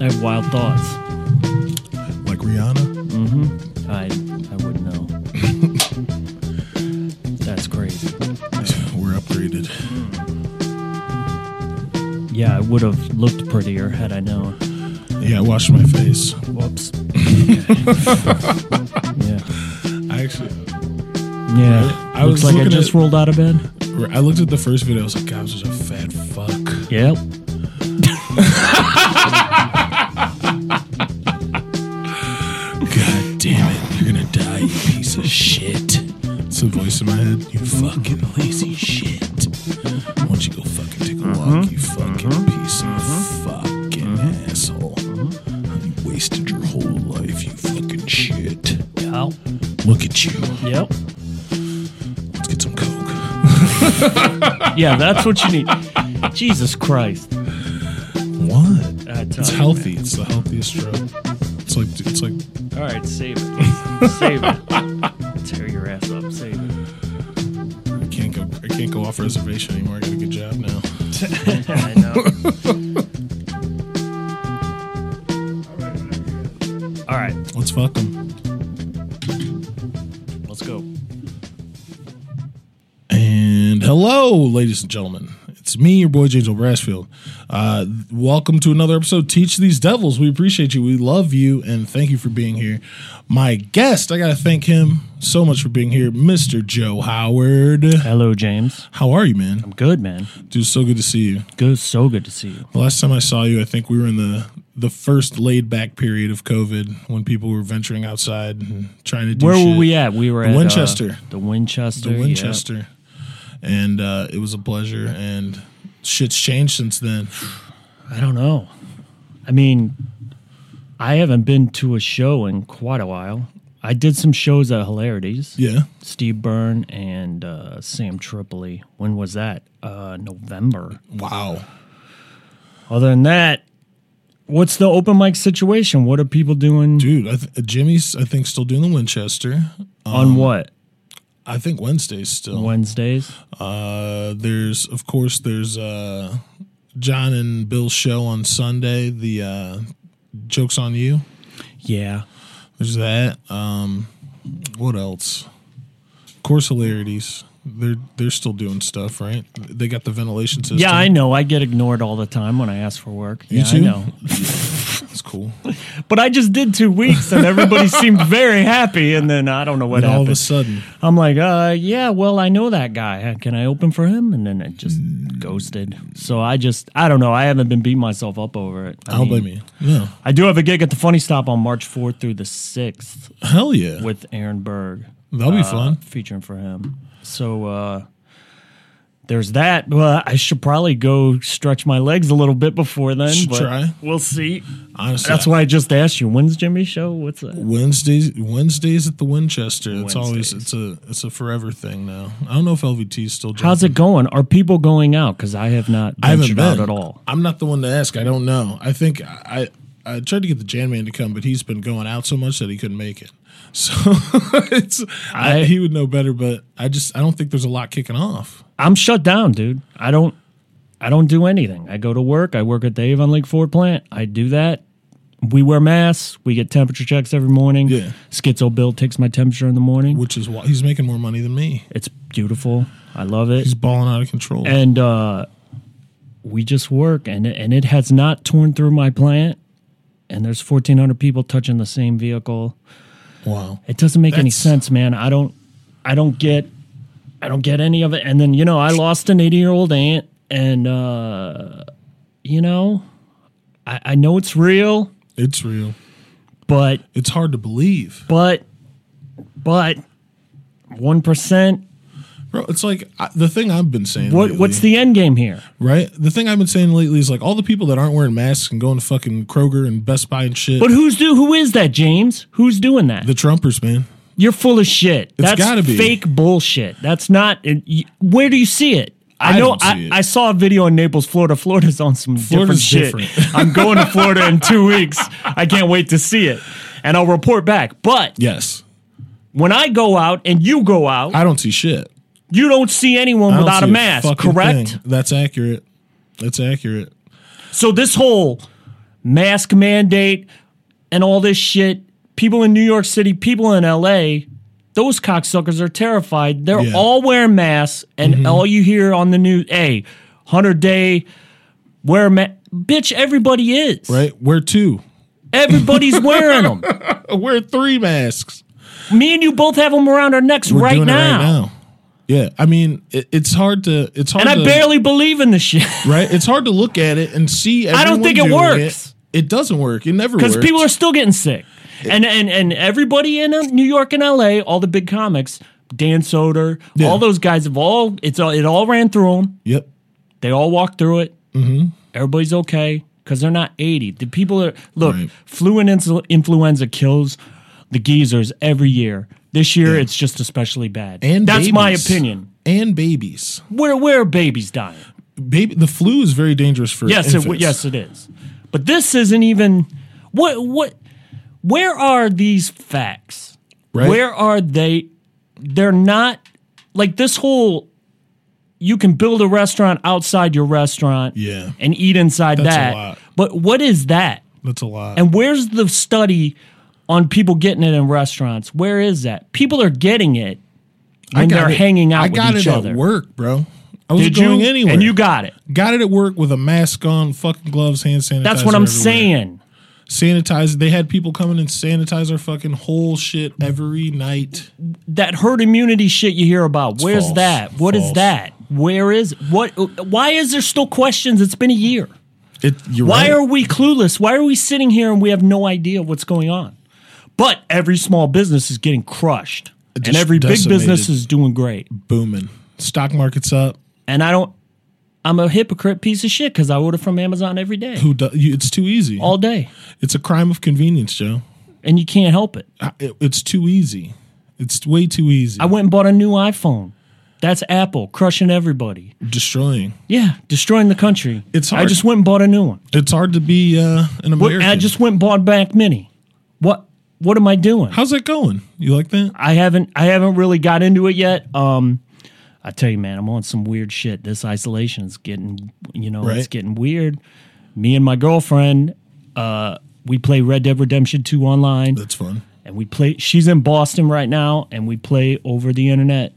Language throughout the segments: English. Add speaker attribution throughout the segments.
Speaker 1: I have wild thoughts.
Speaker 2: Like Rihanna?
Speaker 1: I I wouldn't know. That's crazy.
Speaker 2: We're upgraded.
Speaker 1: Yeah, I would have looked prettier had I known.
Speaker 2: Yeah, I washed my face.
Speaker 1: Whoops. yeah.
Speaker 2: I actually,
Speaker 1: Yeah.
Speaker 2: I
Speaker 1: Looks
Speaker 2: was
Speaker 1: like I
Speaker 2: looking
Speaker 1: just
Speaker 2: at-
Speaker 1: rolled out of bed.
Speaker 2: I looked at the first video. I was like, God, I was such a fat fuck.
Speaker 1: Yep.
Speaker 2: God damn it, you're gonna die, you piece of shit. It's a voice in my head. You fucking lazy shit. Why don't you go fucking take a walk, you fucking piece of fucking asshole? You wasted your whole life, you fucking shit.
Speaker 1: Yep.
Speaker 2: Look at you.
Speaker 1: Yep.
Speaker 2: Let's get some coke.
Speaker 1: Yeah, that's what you need. Jesus Christ.
Speaker 2: What?
Speaker 1: I tell
Speaker 2: It's
Speaker 1: you,
Speaker 2: healthy. It's the healthiest drug. It's like it's like
Speaker 1: man. All right, save it. save it. Tear your ass up. Save it.
Speaker 2: I can't go I can't go off reservation anymore. I got a good job now.
Speaker 1: I know. All right,
Speaker 2: Let's fuck them.
Speaker 1: let's go.
Speaker 2: And hello, ladies and gentlemen. It's me, your boy James Brasfield. Uh, welcome to another episode. Teach these devils. We appreciate you. We love you, and thank you for being here. My guest, I gotta thank him so much for being here, Mr. Joe Howard.
Speaker 1: Hello, James.
Speaker 2: How are you, man?
Speaker 1: I'm good, man.
Speaker 2: Dude, so good to see you.
Speaker 1: Good, so good to see you.
Speaker 2: The last time I saw you, I think we were in the the first laid back period of COVID when people were venturing outside and trying to do
Speaker 1: Where
Speaker 2: shit.
Speaker 1: were we at? We were
Speaker 2: The
Speaker 1: at uh,
Speaker 2: Winchester.
Speaker 1: the Winchester.
Speaker 2: The
Speaker 1: yeah.
Speaker 2: Winchester. And uh, it was a pleasure and shit's changed since then.
Speaker 1: I don't know. I mean, I haven't been to a show in quite a while. I did some shows at Hilarities.
Speaker 2: Yeah.
Speaker 1: Steve Byrne and uh, Sam Tripoli. When was that? Uh, November.
Speaker 2: Wow.
Speaker 1: Other than that, what's the open mic situation? What are people doing
Speaker 2: Dude, I th- Jimmy's I think still doing the Winchester. um,
Speaker 1: on what
Speaker 2: I think Wednesday's still.
Speaker 1: Wednesdays?
Speaker 2: Uh there's of course there's uh John and Bill's show on Sunday, the uh Jokes on You.
Speaker 1: Yeah,
Speaker 2: There's that. Um, what else? Of course, hilarities. They're they're still doing stuff, right? They got the ventilation system.
Speaker 1: yeah. I know. I get ignored all the time when I ask for work.
Speaker 2: You
Speaker 1: yeah,
Speaker 2: too?
Speaker 1: I know.
Speaker 2: That's cool.
Speaker 1: But I just did two weeks, and everybody seemed very happy. And then I don't know what
Speaker 2: And all of a
Speaker 1: happened.
Speaker 2: sudden,
Speaker 1: I'm like, uh, yeah, well, I know that guy. Uh, Can I open for him? And then it just ghosted. So I just, I don't know. I haven't been beating myself up over it. I
Speaker 2: I don't
Speaker 1: mean,
Speaker 2: blame you. Yeah,
Speaker 1: I do have a gig at the Funny Stop on March 4th through the 6th
Speaker 2: hell yeah,
Speaker 1: with Aaron Berg.
Speaker 2: that'll be
Speaker 1: uh,
Speaker 2: fun.
Speaker 1: Featuring for him. So uh, there's that. Well, I should probably go stretch my legs a little bit before then.
Speaker 2: Should
Speaker 1: but
Speaker 2: try.
Speaker 1: We'll see.
Speaker 2: Honestly,
Speaker 1: That's why I just asked you. When's Jimmy's show? What's that?
Speaker 2: Wednesdays Wednesdays at the Winchester. It's always
Speaker 1: Wednesdays.
Speaker 2: it's a it's a forever thing now. I don't know if LVT is still. Jumping.
Speaker 1: How's it going? Are people going out? Because I have not
Speaker 2: I haven't
Speaker 1: ventured
Speaker 2: been
Speaker 1: out at all.
Speaker 2: I'm not the one to ask. I don't know. I think I I tried to get the Jan man to come, but he's been going out so much that he couldn't make it. So it's I,
Speaker 1: I-
Speaker 2: he would know better, but I just I don't think there's a lot kicking off.
Speaker 1: I'm shut down, dude. I don't I don't do anything. I go to work. I work at the Avon Lake Ford plant. I do that. We wear masks. We get temperature checks every morning.
Speaker 2: Yeah.
Speaker 1: Schizo Bill takes my temperature in the morning.
Speaker 2: Which is why he's making more money than me.
Speaker 1: It's beautiful. I love it.
Speaker 2: He's balling out of control.
Speaker 1: And uh we just work and it- and it has not torn through my plant. And there's 1400 people touching the same vehicle.
Speaker 2: wow.
Speaker 1: It doesn't make any
Speaker 2: That's-
Speaker 1: sense, man. I don't I don't get I don't get any of it. And then, you know, I lost an 80 year old aunt and uh you know, I, I know it's real,
Speaker 2: It's real.
Speaker 1: but
Speaker 2: It's hard to believe,
Speaker 1: but but one percent
Speaker 2: bro. It's like I, the thing I've been saying.
Speaker 1: what
Speaker 2: lately,
Speaker 1: what's the end game here?
Speaker 2: right? The thing I've been saying lately is like all the people that aren't wearing masks and going to fucking Kroger and Best Buy and shit.
Speaker 1: But who's do who is that, James? Who's doing that?
Speaker 2: the Trumpers, man.
Speaker 1: You're full of shit. That's
Speaker 2: gotta be.
Speaker 1: fake bullshit. That's not it, y where do you see it? I,
Speaker 2: I
Speaker 1: know
Speaker 2: don't see
Speaker 1: I,
Speaker 2: it.
Speaker 1: I saw a video in Naples, Florida. Florida's on some
Speaker 2: Florida's
Speaker 1: different shit. I'm going to Florida in two weeks. I can't wait to see it. And I'll report back. But
Speaker 2: Yes,
Speaker 1: when I go out and you go out,
Speaker 2: I don't see shit.
Speaker 1: you don't see anyone
Speaker 2: I don't
Speaker 1: without a
Speaker 2: see
Speaker 1: mask,
Speaker 2: fucking
Speaker 1: correct?
Speaker 2: thing. That's accurate. That's accurate.
Speaker 1: So this whole mask mandate and all this shit. People in New York City, people in LA, those cocksuckers are terrified. They're
Speaker 2: Yeah. Mm-hmm.
Speaker 1: all wearing masks, and all you hear on the news, hey, 100 day, wear a mask. Bitch, everybody is.
Speaker 2: right? Wear two.
Speaker 1: Everybody's wearing them. Uh,
Speaker 2: Wear three masks.
Speaker 1: Me and you both have them around our necks
Speaker 2: We're
Speaker 1: right,
Speaker 2: doing
Speaker 1: now.
Speaker 2: it right now. Yeah, I mean, it, it's hard to. It's hard.
Speaker 1: And I
Speaker 2: to,
Speaker 1: barely believe in the shit.
Speaker 2: right? It's hard to look at it and see.
Speaker 1: I don't
Speaker 2: everyone
Speaker 1: think it
Speaker 2: doing
Speaker 1: works.
Speaker 2: It. It doesn't work. It never works.
Speaker 1: because people are still getting sick, and and and everybody in uh, New York and L.A., all the big comics, Dan Soder,
Speaker 2: Yeah.
Speaker 1: all those guys have all it's all, it all ran through them.
Speaker 2: Yep.
Speaker 1: They all walked through it. Mm-hmm. Everybody's okay because they're not eighty. The people are look
Speaker 2: Right.
Speaker 1: flu and insul- influenza kills the geezers every year. This year it's just especially bad.
Speaker 2: And
Speaker 1: that's my
Speaker 2: babies.
Speaker 1: opinion.
Speaker 2: And babies.
Speaker 1: Where where are babies dying? baby.
Speaker 2: The flu is very dangerous for
Speaker 1: Yes, it,
Speaker 2: infants.
Speaker 1: yes, it is. But this isn't even what what. Where are these facts?
Speaker 2: Right.
Speaker 1: Where are they? They're not like this whole. You can build a restaurant outside your restaurant,
Speaker 2: Yeah.
Speaker 1: and eat inside
Speaker 2: That's a
Speaker 1: that.
Speaker 2: lot.
Speaker 1: But what is that?
Speaker 2: That's a lot.
Speaker 1: And where's the study on people getting it in restaurants? Where is that? People are getting it when
Speaker 2: got
Speaker 1: they're
Speaker 2: it-
Speaker 1: hanging out
Speaker 2: I
Speaker 1: with
Speaker 2: got
Speaker 1: each
Speaker 2: it
Speaker 1: other.
Speaker 2: at work, bro. I was
Speaker 1: Did
Speaker 2: going
Speaker 1: you?
Speaker 2: anywhere.
Speaker 1: And you got it.
Speaker 2: got it at work with a mask on, fucking gloves, hand sanitizer.
Speaker 1: That's what I'm
Speaker 2: everywhere.
Speaker 1: saying.
Speaker 2: Sanitize. They had people coming and sanitize our fucking whole shit every night.
Speaker 1: that herd immunity shit you hear about. Where's
Speaker 2: false.
Speaker 1: that? What is
Speaker 2: False.
Speaker 1: that? Where is what? Why is there still questions? It's been a year.
Speaker 2: It, you're
Speaker 1: Why
Speaker 2: right.
Speaker 1: are we clueless? Why are we sitting here and we have no idea what's going on? But every small business is getting crushed, and
Speaker 2: Just
Speaker 1: every big
Speaker 2: decimated.
Speaker 1: business is doing great.
Speaker 2: booming? Stock market's up.
Speaker 1: And I don't. I'm a hypocrite piece of shit because I order from Amazon every day,
Speaker 2: Who? Do, you, it's too easy.
Speaker 1: all day,
Speaker 2: it's a crime of convenience, Joe.
Speaker 1: and you can't help it.
Speaker 2: I- it- it's too easy. It's way too easy.
Speaker 1: I went and bought a new iPhone. That's Apple crushing everybody.
Speaker 2: Destroying.
Speaker 1: Yeah, destroying the country.
Speaker 2: It's
Speaker 1: I
Speaker 2: hard.
Speaker 1: just went and bought a new one.
Speaker 2: It's hard to be uh, an
Speaker 1: What-
Speaker 2: American.
Speaker 1: I just went and bought back mini. What what am I doing?
Speaker 2: How's that going? You like that?
Speaker 1: I haven't I haven't really got into it yet. Um I tell you, man, I'm on some weird shit. This isolation is getting you know, it's
Speaker 2: Right.
Speaker 1: getting weird. Me and my girlfriend, uh, we play Red Dead Redemption 2 online
Speaker 2: That's fun.
Speaker 1: and we play she's in Boston right now and we play over the internet.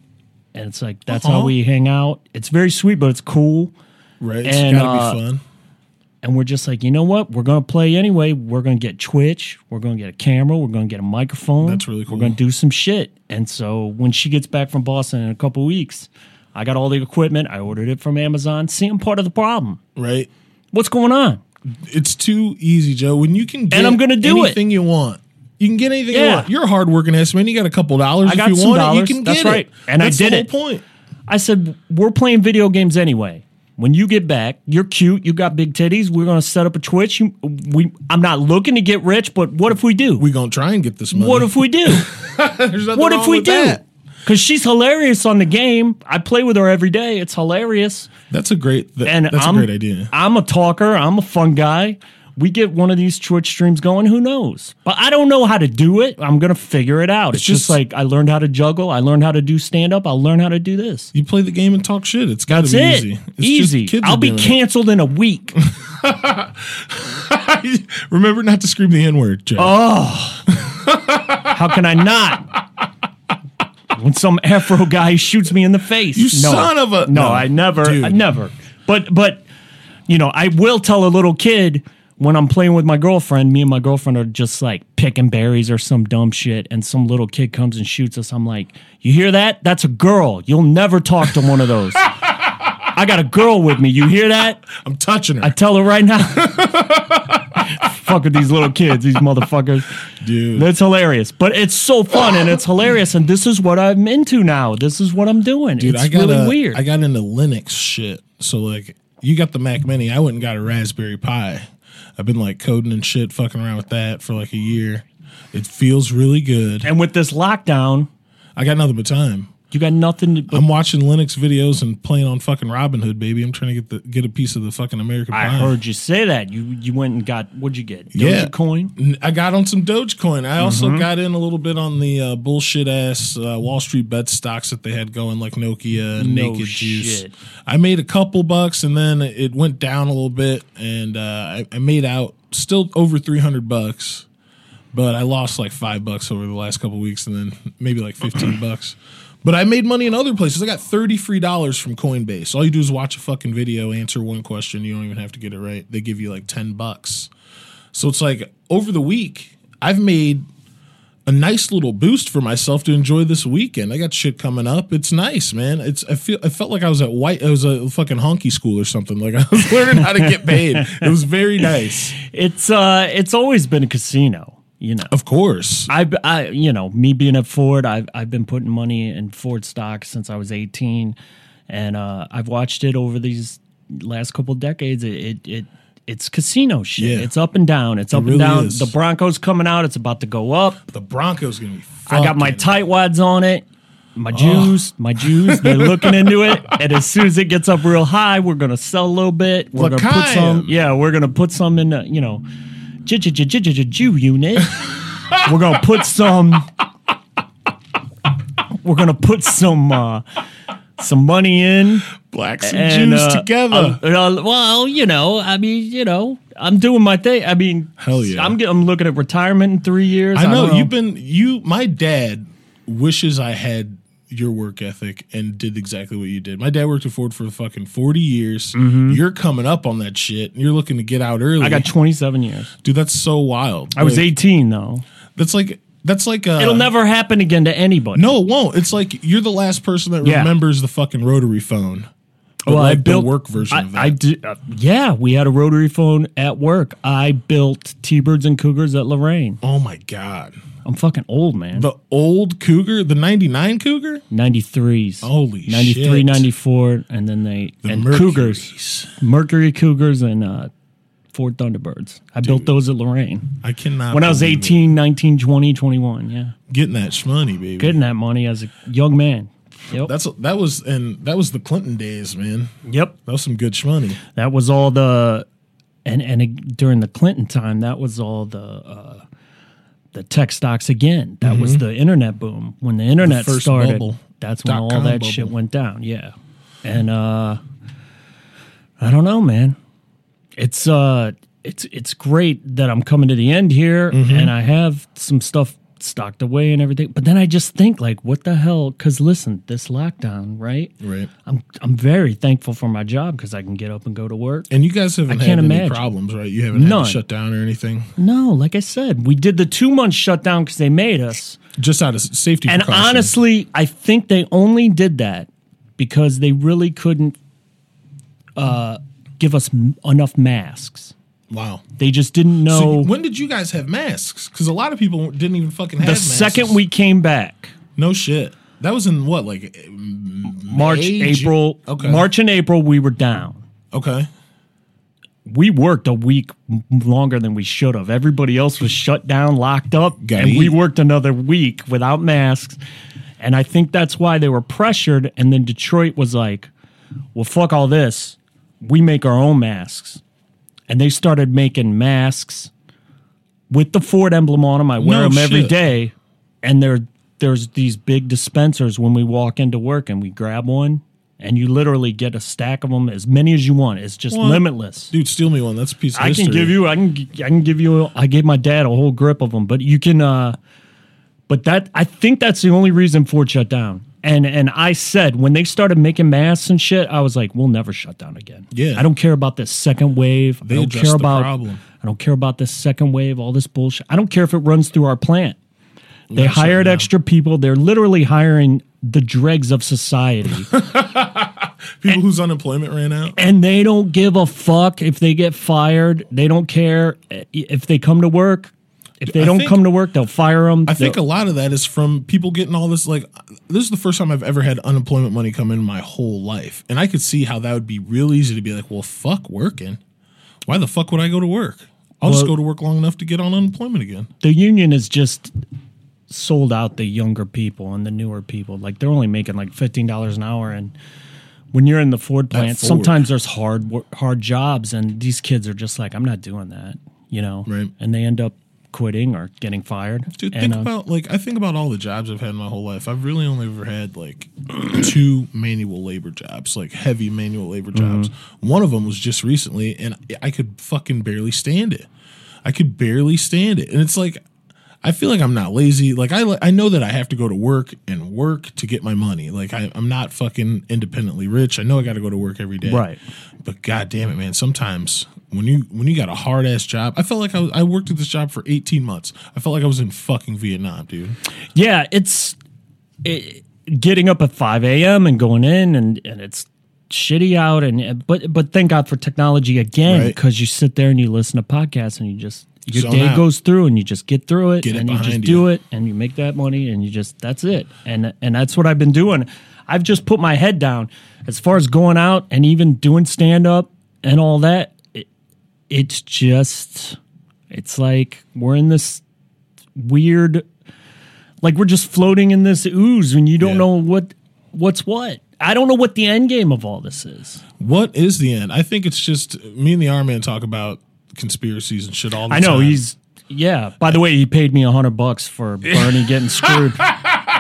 Speaker 1: And it's like that's how
Speaker 2: Uh-huh.
Speaker 1: we hang out. It's very sweet, but it's cool.
Speaker 2: Right. It's
Speaker 1: And,
Speaker 2: gotta
Speaker 1: uh,
Speaker 2: be fun.
Speaker 1: and we're just like, you know what? We're gonna play anyway. We're gonna get Twitch. We're gonna get a camera. We're gonna get a microphone.
Speaker 2: That's really cool.
Speaker 1: We're gonna do some shit. And so when she gets back from Boston in a couple weeks, I got all the equipment. I ordered it from Amazon. See, I'm part of the problem.
Speaker 2: Right.
Speaker 1: What's going on?
Speaker 2: It's too easy, Joe. When you can get
Speaker 1: I'm gonna do it.
Speaker 2: anything you want. You can get anything
Speaker 1: Yeah.
Speaker 2: you want. You're a hardworking ass man. You got a couple dollars.
Speaker 1: I got
Speaker 2: if you
Speaker 1: some
Speaker 2: want
Speaker 1: dollars.
Speaker 2: it, you can
Speaker 1: That's
Speaker 2: get
Speaker 1: right.
Speaker 2: it.
Speaker 1: And I
Speaker 2: That's
Speaker 1: did
Speaker 2: the
Speaker 1: it.
Speaker 2: whole point.
Speaker 1: I said we're playing video games anyway. When you get back, you're cute. You got big titties. We're gonna set up a Twitch. You, we, I'm not looking to get rich, but what if we do?
Speaker 2: We're gonna try and get this money.
Speaker 1: what if we do?
Speaker 2: There's nothing
Speaker 1: What if
Speaker 2: wrong
Speaker 1: we
Speaker 2: with
Speaker 1: do?
Speaker 2: that.
Speaker 1: Because she's hilarious on the game. I play with her every day. It's hilarious.
Speaker 2: That's a great. That,
Speaker 1: And
Speaker 2: that's
Speaker 1: I'm,
Speaker 2: a great idea.
Speaker 1: I'm a talker. I'm a fun guy. We get one of these Twitch streams going. Who knows? But I don't know how to do it. I'm gonna figure it out. It's, just,
Speaker 2: just-
Speaker 1: like I learned how to juggle. I learned how to do stand up. I'll learn how to do this.
Speaker 2: You play the game and talk shit. It's gotta
Speaker 1: That's
Speaker 2: be
Speaker 1: it.
Speaker 2: easy.
Speaker 1: Easy.
Speaker 2: It's just kids are
Speaker 1: I'll be
Speaker 2: doing it.
Speaker 1: canceled in a week.
Speaker 2: Remember not to scream the N word, Joe.
Speaker 1: Oh. how can I not? When some Afro guy shoots me in the face.
Speaker 2: You son of a-
Speaker 1: No,
Speaker 2: No,
Speaker 1: I never. I
Speaker 2: dude.
Speaker 1: never. But but you know, I will tell a little kid when I'm playing with my girlfriend, me and my girlfriend are just like picking berries or some dumb shit, and some little kid comes and shoots us. I'm like, You hear that? That's a girl. You'll never talk to one of those. I got a girl with me. You hear that?
Speaker 2: I'm touching her,
Speaker 1: I tell her right now. Fuck with these little kids, these motherfuckers.
Speaker 2: dude.
Speaker 1: That's hilarious, but it's so fun and it's hilarious, and this is what I'm into now. This is what I'm doing.
Speaker 2: Dude,
Speaker 1: it's
Speaker 2: I got
Speaker 1: really
Speaker 2: a-
Speaker 1: weird.
Speaker 2: I got into Linux shit. So like, you got the Mac Mini. I went and got a Raspberry Pi. I've been like coding and shit, fucking around with that for like a year. It feels really good.
Speaker 1: and with this lockdown,
Speaker 2: I got nothing but time.
Speaker 1: You got nothing. To, but
Speaker 2: I'm watching Linux videos and playing on fucking Robinhood, baby. I'm trying to get the get a piece of the fucking American
Speaker 1: I
Speaker 2: pie.
Speaker 1: heard you say that. You you went and got what'd you get?
Speaker 2: Yeah.
Speaker 1: coin.
Speaker 2: N- I got on some Dogecoin. I also
Speaker 1: Mm-hmm.
Speaker 2: got in a little bit on the uh, bullshit ass uh, Wall Street bet stocks that they had going, like Nokia, and
Speaker 1: No
Speaker 2: Naked Juice.
Speaker 1: shit.
Speaker 2: I made a couple bucks, and then it went down a little bit, and uh, I, I made out still over three hundred bucks, but I lost like five bucks over the last couple weeks, and then maybe like fifteen bucks. But I made money in other places. I got thirty free dollars from Coinbase. All you do is watch a fucking video, answer one question. You don't even have to get it right. They give you like ten bucks. So it's like over the week, I've made a nice little boost for myself to enjoy this weekend. I got shit coming up. It's nice, man. It's I feel I felt like I was at white I was a fucking honky school or something. Like I was learning how to get paid. It was very nice.
Speaker 1: It's uh, it's always been a casino. You know,
Speaker 2: Of course.
Speaker 1: I, I, you know, me being at Ford, I've I've been putting money in Ford stock since I was 18, and uh, I've watched it over these last couple decades. It it, it it's casino shit.
Speaker 2: Yeah.
Speaker 1: It's up and down. It's up
Speaker 2: really
Speaker 1: and down.
Speaker 2: is.
Speaker 1: The Broncos coming out. It's about to go up.
Speaker 2: The Broncos gonna be
Speaker 1: I got my
Speaker 2: fucking-
Speaker 1: tight wads on it. My Jews, my Jews, they're looking into it. And as soon as it gets up real high, we're gonna sell a little bit. We're gonna put some.
Speaker 2: L'chaim.
Speaker 1: Yeah, we're gonna put some in. The, you know, J J J J J Jew unit. We're gonna put some. We're gonna put some uh, some money in
Speaker 2: blacks and,
Speaker 1: and
Speaker 2: Jews
Speaker 1: uh,
Speaker 2: together.
Speaker 1: um, uh, well, you know, I mean, you know, I'm doing my thing. I mean,
Speaker 2: Hell yeah.
Speaker 1: I'm get- I'm looking at retirement in three years.
Speaker 2: I know
Speaker 1: don't
Speaker 2: you've been you. My dad wishes I had your work ethic and did exactly what you did. My dad worked at Ford for fucking forty years. You're coming up on that shit. And you're looking to get out early.
Speaker 1: Mm-hmm. I got 27 years.
Speaker 2: dude. That's so wild.
Speaker 1: I was
Speaker 2: Like,
Speaker 1: 18 though.
Speaker 2: That's like that's like uh,
Speaker 1: It'll never happen again to anybody.
Speaker 2: No, it won't. It's like you're the last person that
Speaker 1: Yeah.
Speaker 2: remembers the fucking rotary phone. But
Speaker 1: Well, I
Speaker 2: like
Speaker 1: built-
Speaker 2: the work version
Speaker 1: I,
Speaker 2: of that.
Speaker 1: I did. Uh, yeah, we had a rotary phone at work. I built T-birds and cougars at Lorraine.
Speaker 2: oh my god,
Speaker 1: I'm fucking old, man.
Speaker 2: the old Cougar, the '99 Cougar,
Speaker 1: 93s.
Speaker 2: Holy
Speaker 1: 93,
Speaker 2: shit.
Speaker 1: 94, and then they
Speaker 2: the
Speaker 1: and Cougars,
Speaker 2: Mercuries.
Speaker 1: Mercury Cougars, and uh, Ford Thunderbirds. I built those at Lorraine
Speaker 2: I cannot.
Speaker 1: when I was
Speaker 2: believe it.
Speaker 1: 18, 19, 20, 21. Yeah,
Speaker 2: getting that shmoney, baby.
Speaker 1: getting that money as a young man. Yep.
Speaker 2: That's that was and that was the Clinton days, man.
Speaker 1: yep.
Speaker 2: That was some good shmoney.
Speaker 1: That was all the, and and it- during the Clinton time, that was all the uh, the tech stocks again. That was the internet boom when the internet
Speaker 2: Mm-hmm. first
Speaker 1: started.
Speaker 2: bubble.
Speaker 1: That's when all
Speaker 2: Dot-com
Speaker 1: that
Speaker 2: bubble.
Speaker 1: shit went down. Yeah, and uh, I don't know, man. It's uh, it's it's great that I'm coming to the end here,
Speaker 2: Mm-hmm.
Speaker 1: and I have some stuff stocked away and everything. But then I just think like, what the hell? Because listen, this lockdown, right?
Speaker 2: Right.
Speaker 1: I'm I'm very thankful for my job because I can get up and go to work.
Speaker 2: And you guys haven't
Speaker 1: I
Speaker 2: had
Speaker 1: can't
Speaker 2: any
Speaker 1: imagine.
Speaker 2: problems, right? You haven't had
Speaker 1: None.
Speaker 2: to shut down or anything.
Speaker 1: No, like I said, we did the two month shutdown because they made us.
Speaker 2: Just out of s- safety
Speaker 1: And
Speaker 2: precautions.
Speaker 1: honestly, I think they only did that because they really couldn't uh, give us m- enough masks.
Speaker 2: wow.
Speaker 1: They just didn't know.
Speaker 2: So when did you guys have masks? Because a lot of people didn't even fucking have
Speaker 1: the
Speaker 2: masks.
Speaker 1: second we came back,
Speaker 2: No shit. That was in what, like
Speaker 1: March,
Speaker 2: May, Ju-
Speaker 1: April,
Speaker 2: Okay.
Speaker 1: March and April, we were down.
Speaker 2: okay.
Speaker 1: we worked a week m- longer than we should have. Everybody else was shut down, locked up,
Speaker 2: Gotta
Speaker 1: and we
Speaker 2: eat.
Speaker 1: worked another week without masks. And I think that's why they were pressured. And then Detroit was like, well, fuck all this. We make our own masks. And they started making masks with the Ford emblem on them. I wear
Speaker 2: No
Speaker 1: them every
Speaker 2: shit.
Speaker 1: day. And there, there's these big dispensers when we walk into work and we grab one. And you literally get a stack of them, as many as you want. It's just
Speaker 2: What?
Speaker 1: limitless.
Speaker 2: Dude, steal me one. That's a piece of
Speaker 1: I
Speaker 2: history.
Speaker 1: can give you. I can. I can give you. I gave my dad a whole grip of them, but you can. uh But that I think that's the only reason Ford shut down. And and I said when they started making masks and shit, I was like, we'll never shut down again.
Speaker 2: Yeah.
Speaker 1: I don't care about this second wave.
Speaker 2: They
Speaker 1: I don't
Speaker 2: addressed
Speaker 1: care
Speaker 2: the
Speaker 1: about.
Speaker 2: problem.
Speaker 1: I don't care about this second wave. All this bullshit. I don't care if it runs through our plant. They hired extra people. They're literally hiring the dregs of society.
Speaker 2: People whose unemployment ran out.
Speaker 1: and they don't give a fuck if they get fired. They don't care if they come to work. If they
Speaker 2: I
Speaker 1: don't
Speaker 2: think-
Speaker 1: come to work, they'll fire them.
Speaker 2: I think a lot of that is from people getting all this. Like, this is the first time I've ever had unemployment money come in my whole life. And I could see how that would be real easy to be like, well, fuck working. Why the fuck would I go to work? I'll just
Speaker 1: Well-
Speaker 2: go to work long enough to get on unemployment again.
Speaker 1: the union is just sold out the younger people and the newer people. Like they're only making like fifteen dollars an hour, and when you're in the Ford plant,
Speaker 2: Ford.
Speaker 1: sometimes there's hard wor- hard jobs, and these kids are just like, I'm not doing that, you know,
Speaker 2: Right.
Speaker 1: and they end up quitting or getting fired.
Speaker 2: Dude,
Speaker 1: And,
Speaker 2: think
Speaker 1: uh,
Speaker 2: about like I think about all the jobs I've had in my whole life. I've really only ever had like two manual labor jobs, like heavy manual labor
Speaker 1: Mm-hmm.
Speaker 2: jobs. One of them was just recently, and I could fucking barely stand it. I could barely stand it, and it's like I feel like I'm not lazy. Like I I know that I have to go to work and work to get my money. Like I, I'm not fucking independently rich. I know I got to go to work every day.
Speaker 1: Right.
Speaker 2: But god damn it, man. Sometimes when you when you got a hard ass job, I felt like I, was, I worked at this job for 18 months. I felt like I was in fucking Vietnam, dude.
Speaker 1: yeah, it's it, getting up at five a.m. and going in, and and it's shitty out, and- and but but thank God for technology again
Speaker 2: Right.
Speaker 1: because you sit there and you listen to podcasts and you just. Your
Speaker 2: Zone
Speaker 1: day
Speaker 2: out.
Speaker 1: goes through, and you just get through it,
Speaker 2: Get it
Speaker 1: and you just
Speaker 2: behind you.
Speaker 1: do it, and you make that money, and you just that's it, and and that's what I've been doing. I've just put my head down as far as going out and even doing stand up and all that. It, it's just, it's like we're in this weird like we're just floating in this ooze and you don't
Speaker 2: Yeah.
Speaker 1: know what what's what i don't know what the end game of all this is
Speaker 2: What is the end? I think it's just me and the R man talk about conspiracies and shit all the
Speaker 1: i
Speaker 2: time.
Speaker 1: know he's yeah by the way he paid me a hundred bucks for bernie getting screwed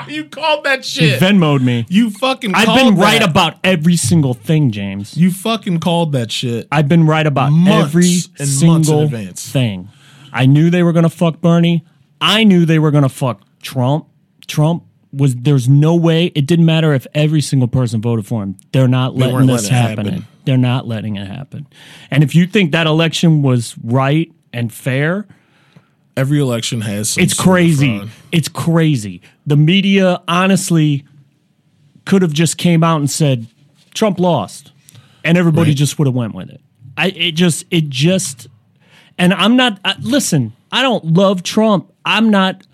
Speaker 2: you called that
Speaker 1: he
Speaker 2: shit.
Speaker 1: venmoed me
Speaker 2: you fucking
Speaker 1: i've been
Speaker 2: called
Speaker 1: right
Speaker 2: that.
Speaker 1: about every single thing james
Speaker 2: You fucking called that shit.
Speaker 1: i've been right about
Speaker 2: Months
Speaker 1: every
Speaker 2: and months in
Speaker 1: single
Speaker 2: advance.
Speaker 1: thing i knew they were gonna fuck bernie i knew they were gonna fuck trump trump was there's no way it didn't matter if every single person voted for him they're not letting
Speaker 2: weren't
Speaker 1: this
Speaker 2: letting it
Speaker 1: happen.
Speaker 2: happen.
Speaker 1: They're not letting it happen. And if you think that election was right and fair,
Speaker 2: Every election has some
Speaker 1: it's
Speaker 2: sort of uh,
Speaker 1: crazy.
Speaker 2: fraud.
Speaker 1: It's crazy. The media honestly could have just came out and said Trump lost, and everybody
Speaker 2: Right.
Speaker 1: just would have went with it. I it just it just, and I'm not. I, listen, I don't love Trump. I'm not.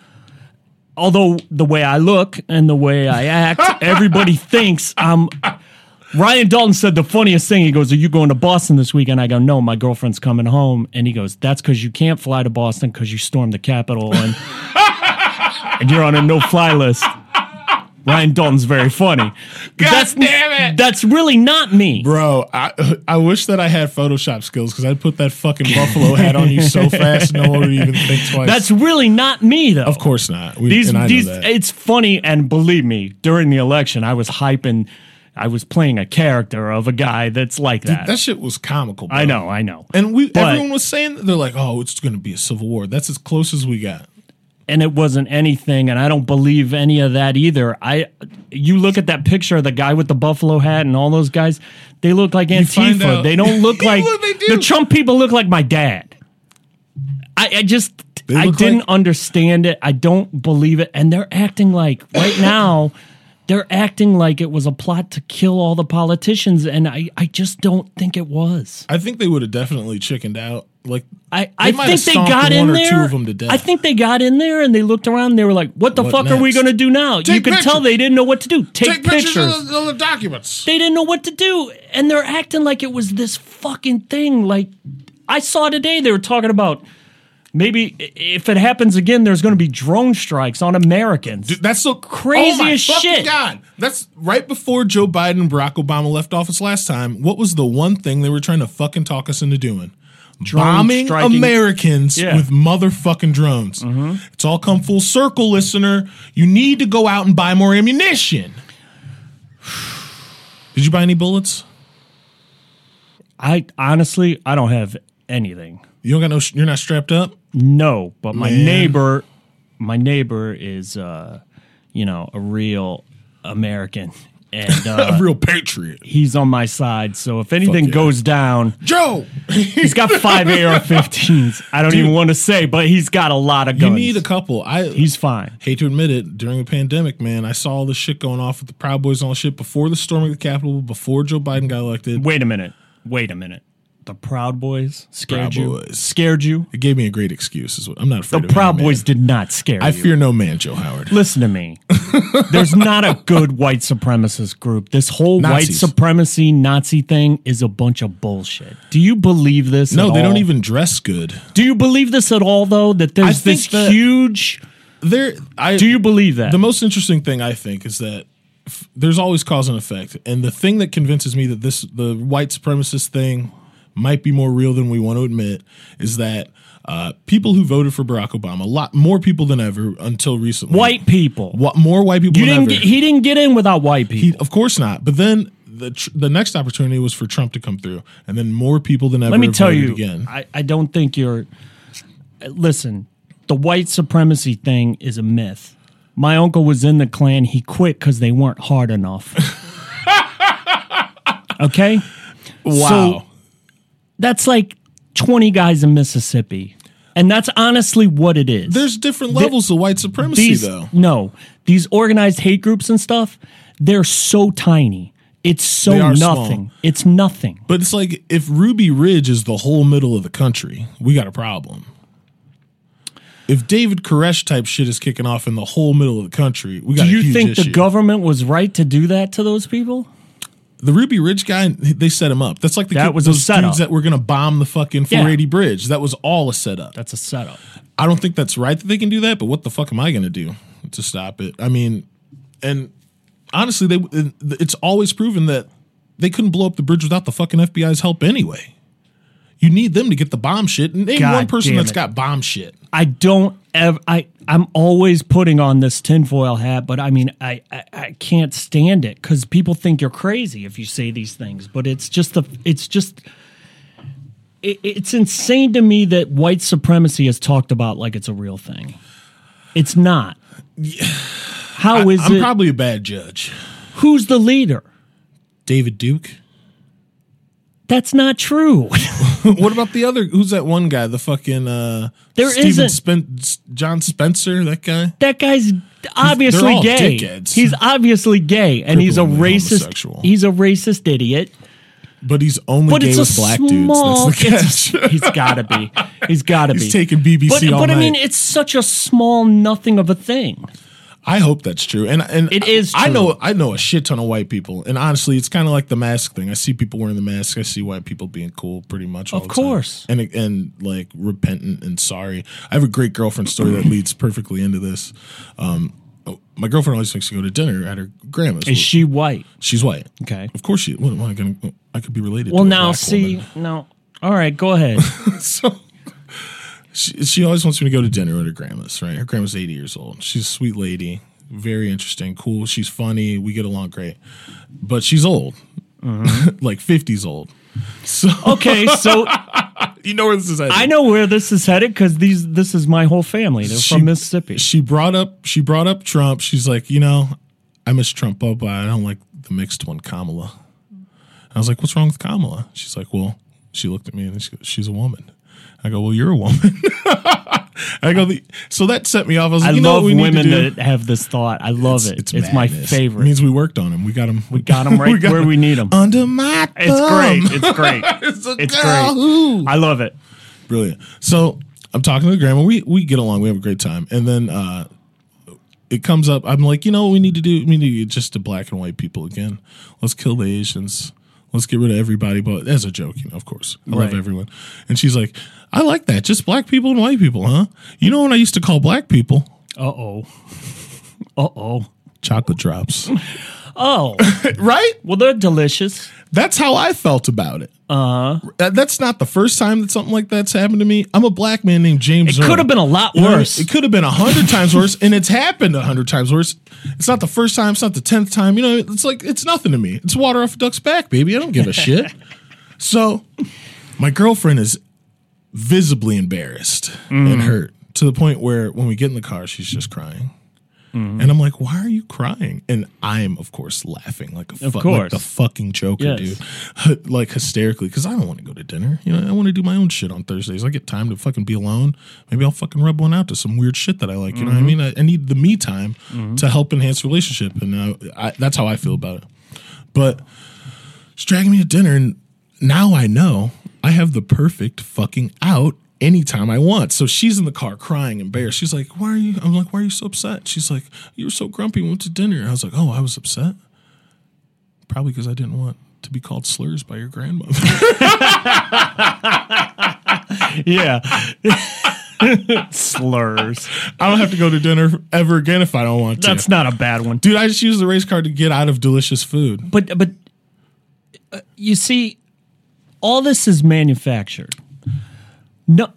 Speaker 1: Although the way I look and the way I act, everybody thinks I'm. Ryan Dalton said the funniest thing. He goes, "Are you going to Boston this weekend?" I go, "No, my girlfriend's coming home." And he goes, "That's because you can't fly to Boston because you stormed the Capitol and and you're on a no-fly list." Ryan Dalton's very funny. God
Speaker 2: damn it.
Speaker 1: That's really not me.
Speaker 2: Bro, I I wish that I had Photoshop skills because I'd put that fucking buffalo hat on you so fast no one would even think twice.
Speaker 1: That's really not me though.
Speaker 2: of course not. We,
Speaker 1: these
Speaker 2: and I know
Speaker 1: these
Speaker 2: that.
Speaker 1: it's funny and believe me, during the election I was hyping I was playing a character of a guy that's like that.
Speaker 2: that shit was comical. Bro.
Speaker 1: I know, I know.
Speaker 2: and we
Speaker 1: But-
Speaker 2: everyone was saying that they're like, oh, it's going to be a civil war. That's as close as we got.
Speaker 1: and it wasn't anything and i don't believe any of that either i you look at that picture of the guy with the buffalo hat and all those guys they look like
Speaker 2: find
Speaker 1: antifa
Speaker 2: out-
Speaker 1: they don't look
Speaker 2: Yeah,
Speaker 1: like
Speaker 2: well, they do.
Speaker 1: the trump people look like my dad i, I just
Speaker 2: They
Speaker 1: i
Speaker 2: look
Speaker 1: didn't
Speaker 2: like-
Speaker 1: understand it i don't believe it and they're acting like right now they're acting like it was a plot to kill all the politicians and i, I just don't think it was
Speaker 2: I think they would have definitely chickened out. Like
Speaker 1: I, I
Speaker 2: might
Speaker 1: think
Speaker 2: have
Speaker 1: they
Speaker 2: stomped
Speaker 1: got
Speaker 2: one
Speaker 1: in
Speaker 2: or
Speaker 1: there.
Speaker 2: two of 'em to death.
Speaker 1: I think they got in there and they looked around. and They were like, "What the
Speaker 2: What
Speaker 1: fuck are we
Speaker 2: next?
Speaker 1: going to do now?" you
Speaker 2: Take
Speaker 1: could tell
Speaker 2: pictures.
Speaker 1: they didn't know what to do. Take, pictures.
Speaker 2: of the, documents.
Speaker 1: They didn't know what to do, and they're acting like it was this fucking thing. Like I saw today, they were talking about maybe i- if it happens again, there's going to be drone strikes on Americans.
Speaker 2: That's so
Speaker 1: Crazy
Speaker 2: oh my
Speaker 1: as
Speaker 2: fucking
Speaker 1: shit.
Speaker 2: God, that's right before Joe Biden and Barack Obama left office last time. What was the one thing they were trying to fucking talk us into doing? Bombing
Speaker 1: striking.
Speaker 2: Americans
Speaker 1: Yeah.
Speaker 2: with motherfucking drones. It's all come full circle, listener. You need to go out and buy more ammunition. Did you buy any bullets?
Speaker 1: I honestly, I don't have anything.
Speaker 2: You don't got no. You're not strapped up.
Speaker 1: No, but my
Speaker 2: Man.
Speaker 1: neighbor, my neighbor is, uh, you know, a real American, and uh,
Speaker 2: A real patriot,
Speaker 1: he's on my side. So if anything
Speaker 2: yeah.
Speaker 1: goes down,
Speaker 2: Joe.
Speaker 1: he's got five AR-15s. I don't even want to say, but he's got a lot of
Speaker 2: you
Speaker 1: guns.
Speaker 2: need a couple. I
Speaker 1: he's fine.
Speaker 2: hate to admit it, during the pandemic, man, I saw all this shit going off with the Proud Boys and all this shit before the storming of the Capitol, before Joe Biden got elected.
Speaker 1: Wait a minute. Wait a minute. The Proud Boys scared
Speaker 2: Proud
Speaker 1: you.
Speaker 2: Boys.
Speaker 1: Scared you.
Speaker 2: It gave me a great excuse. Is what, I'm not afraid
Speaker 1: The
Speaker 2: of
Speaker 1: Proud
Speaker 2: any man.
Speaker 1: Boys did not scare
Speaker 2: I
Speaker 1: you.
Speaker 2: fear no man, Joe Howard.
Speaker 1: Listen to me. There's not a good white supremacist group. This whole
Speaker 2: Nazis.
Speaker 1: white supremacy Nazi thing is a bunch of bullshit. Do you believe this?
Speaker 2: No,
Speaker 1: at
Speaker 2: they
Speaker 1: all?
Speaker 2: don't even dress good.
Speaker 1: Do you believe this at all? Though that there's
Speaker 2: think
Speaker 1: this
Speaker 2: that-
Speaker 1: huge
Speaker 2: there, I
Speaker 1: Do you believe that?
Speaker 2: the most interesting thing I think is that f- there's always cause and effect, and the thing that convinces me that this the white supremacist thing might be more real than we want to admit is that uh, people who voted for Barack Obama, a lot more people than ever until recently,
Speaker 1: white people.
Speaker 2: Wha- more white people.
Speaker 1: you
Speaker 2: than
Speaker 1: didn't
Speaker 2: ever.
Speaker 1: get, he didn't get in without white people.
Speaker 2: He- of course not. But then the tr- the next opportunity was for Trump to come through, and then more people than ever.
Speaker 1: Let me
Speaker 2: have
Speaker 1: tell
Speaker 2: voted
Speaker 1: you,
Speaker 2: again.
Speaker 1: I, I don't think you're. uh, Listen, the white supremacy thing is a myth. My uncle was in the Klan. He quit because they weren't hard enough. okay?
Speaker 2: Wow.
Speaker 1: That's like 20 guys in Mississippi. And that's honestly what it is.
Speaker 2: there's different levels of white supremacy,
Speaker 1: these,
Speaker 2: though.
Speaker 1: No, these organized hate groups and stuff, they're so tiny. It's
Speaker 2: They
Speaker 1: so nothing.
Speaker 2: are small.
Speaker 1: It's nothing.
Speaker 2: But it's like if Ruby Ridge is the whole middle of the country, we got a problem. If David Koresh type shit is kicking off in the whole middle of the country, we got
Speaker 1: Do
Speaker 2: a
Speaker 1: you
Speaker 2: huge
Speaker 1: think the
Speaker 2: issue.
Speaker 1: government was right to do that to those people?
Speaker 2: the Ruby Ridge guy, they set him up. That's like the
Speaker 1: That
Speaker 2: kid-
Speaker 1: was a
Speaker 2: those
Speaker 1: setup.
Speaker 2: dudes that were gonna bomb the fucking
Speaker 1: Yeah.
Speaker 2: 480 bridge. That was all a setup.
Speaker 1: That's a setup.
Speaker 2: I don't think that's right that they can do that, but what the fuck am I going to do to stop it? I mean, and honestly, they it's always proven that they couldn't blow up the bridge without the fucking FBI's help anyway. You need them to get the bomb shit. And name
Speaker 1: God
Speaker 2: one person
Speaker 1: damn
Speaker 2: that's
Speaker 1: it.
Speaker 2: got bomb shit.
Speaker 1: I don't ever. I I'm always putting on this tinfoil hat, but I mean, I I, I can't stand it because people think you're crazy if you say these things. But it's just the it's just. It, it's insane to me that white supremacy is talked about like it's a real thing. It's not. How is
Speaker 2: I'm
Speaker 1: it?
Speaker 2: probably a bad judge.
Speaker 1: who's the leader?
Speaker 2: David Duke.
Speaker 1: That's not true.
Speaker 2: what about the other? Who's that one guy? The fucking uh,
Speaker 1: There
Speaker 2: Steven
Speaker 1: isn't-
Speaker 2: Spen- John Spencer. That guy.
Speaker 1: that guy's obviously
Speaker 2: all
Speaker 1: gay.
Speaker 2: dickheads.
Speaker 1: He's obviously gay, and he's a
Speaker 2: Cripplingly
Speaker 1: racist.
Speaker 2: homosexual.
Speaker 1: He's a racist idiot.
Speaker 2: But he's only
Speaker 1: But
Speaker 2: gay
Speaker 1: it's a
Speaker 2: with black
Speaker 1: small.
Speaker 2: dudes. That's
Speaker 1: it's-
Speaker 2: the catch.
Speaker 1: he's got to be. He's got to be.
Speaker 2: he's taking BBC
Speaker 1: But,
Speaker 2: all
Speaker 1: but I
Speaker 2: night.
Speaker 1: mean, it's such a small nothing of a thing.
Speaker 2: I hope that's true. And and
Speaker 1: It is
Speaker 2: I
Speaker 1: true.
Speaker 2: know I know a shit ton of white people. And honestly, it's kind of like the mask thing. I see people wearing the mask. I see white people being cool pretty much all
Speaker 1: Of
Speaker 2: the time.
Speaker 1: course.
Speaker 2: And and like repentant and sorry. I have a great girlfriend story that leads perfectly into this. Um oh, my girlfriend always makes me go to dinner at her grandma's.
Speaker 1: Is she white?
Speaker 2: She's white.
Speaker 1: Okay.
Speaker 2: Of course she. What am I going to I could be related
Speaker 1: Well,
Speaker 2: to a
Speaker 1: now
Speaker 2: black
Speaker 1: see.
Speaker 2: woman.
Speaker 1: No. All right. Go ahead.
Speaker 2: so she, she always wants me to go to dinner at her grandma's, right? Her grandma's 80 years old. She's a sweet lady, very interesting, cool. She's funny. We get along great. But she's old,
Speaker 1: Mm-hmm.
Speaker 2: like 50s old. So
Speaker 1: Okay. So
Speaker 2: you know where this is at.
Speaker 1: I know where this is headed because these. This is my whole family. They're
Speaker 2: She-
Speaker 1: from Mississippi.
Speaker 2: She brought up she brought up Trump. She's like, you know, I miss Trump, but I don't like the mixed one, Kamala. I was like, what's wrong with Kamala? She's like, well, she looked at me and she goes, she's a woman. I go, well, you're a woman. I go, the, so that set me off. I was
Speaker 1: I
Speaker 2: like, you know
Speaker 1: love
Speaker 2: what we need to
Speaker 1: women
Speaker 2: do?
Speaker 1: that have this thought. I love it. It's, my
Speaker 2: madness.
Speaker 1: favorite.
Speaker 2: It means we worked on him. We got him. We
Speaker 1: got 'em right
Speaker 2: got
Speaker 1: where we need 'em.
Speaker 2: Under my
Speaker 1: It's
Speaker 2: thumb.
Speaker 1: great. It's great.
Speaker 2: It's a
Speaker 1: it's great.
Speaker 2: girl who.
Speaker 1: I love it.
Speaker 2: Brilliant. So I'm talking to the grandma. We we get along. We have a great time. And then uh, it comes up. I'm like, you know, what we need to do. We need to get just to black and white people again. Let's kill the Asians. Let's get rid of everybody. But as a joke, you know, of course, I love
Speaker 1: Right.
Speaker 2: everyone. And she's like, I like that. Just black people and white people, huh? You know what I used to call black people?
Speaker 1: Uh oh. Uh oh.
Speaker 2: Chocolate drops.
Speaker 1: Oh.
Speaker 2: right?
Speaker 1: Well, they're delicious.
Speaker 2: That's how I felt about it.
Speaker 1: Uh-huh.
Speaker 2: Uh, that's not the first time that something like that's happened to me. I'm a black man named James.
Speaker 1: It could
Speaker 2: Earl.
Speaker 1: have been a lot
Speaker 2: You know what I mean?
Speaker 1: worse.
Speaker 2: It could have been a hundred times worse, and it's happened a hundred times worse. It's not the first time. It's not the tenth time. You know, it's like it's nothing to me. It's water off a duck's back, baby. I don't give a shit. So, my girlfriend is visibly embarrassed
Speaker 1: Mm.
Speaker 2: and hurt to the point where when we get in the car, she's just crying.
Speaker 1: Mm.
Speaker 2: And I'm like, why are you crying? And I'm, of course, laughing like a fu- like
Speaker 1: course.
Speaker 2: the fucking Joker,
Speaker 1: Yes.
Speaker 2: dude. like hysterically, because I don't want to go to dinner. You know, I want to do my own shit on Thursdays. I get time to fucking be alone. Maybe I'll fucking rub one out to some weird shit that I like. You know what I mean? I, I need the me time to help enhance relationship, and uh, I, that's how I feel about it. But she's dragging me to dinner, and now I know I have the perfect fucking out anytime I want. So she's in the car crying, embarrassed. She's like, "Why are you?" I'm like, "Why are you so upset?" She's like, "You were so grumpy. when We went to dinner." And I was like, "Oh, I was upset. Probably because I didn't want to be called slurs by your grandmother."
Speaker 1: Yeah. Slurs.
Speaker 2: I don't have to go to dinner ever again if I don't want to.
Speaker 1: That's not a bad one.
Speaker 2: Dude, I just use the race car to get out of delicious food.
Speaker 1: But but uh, you see, all this is manufactured. No,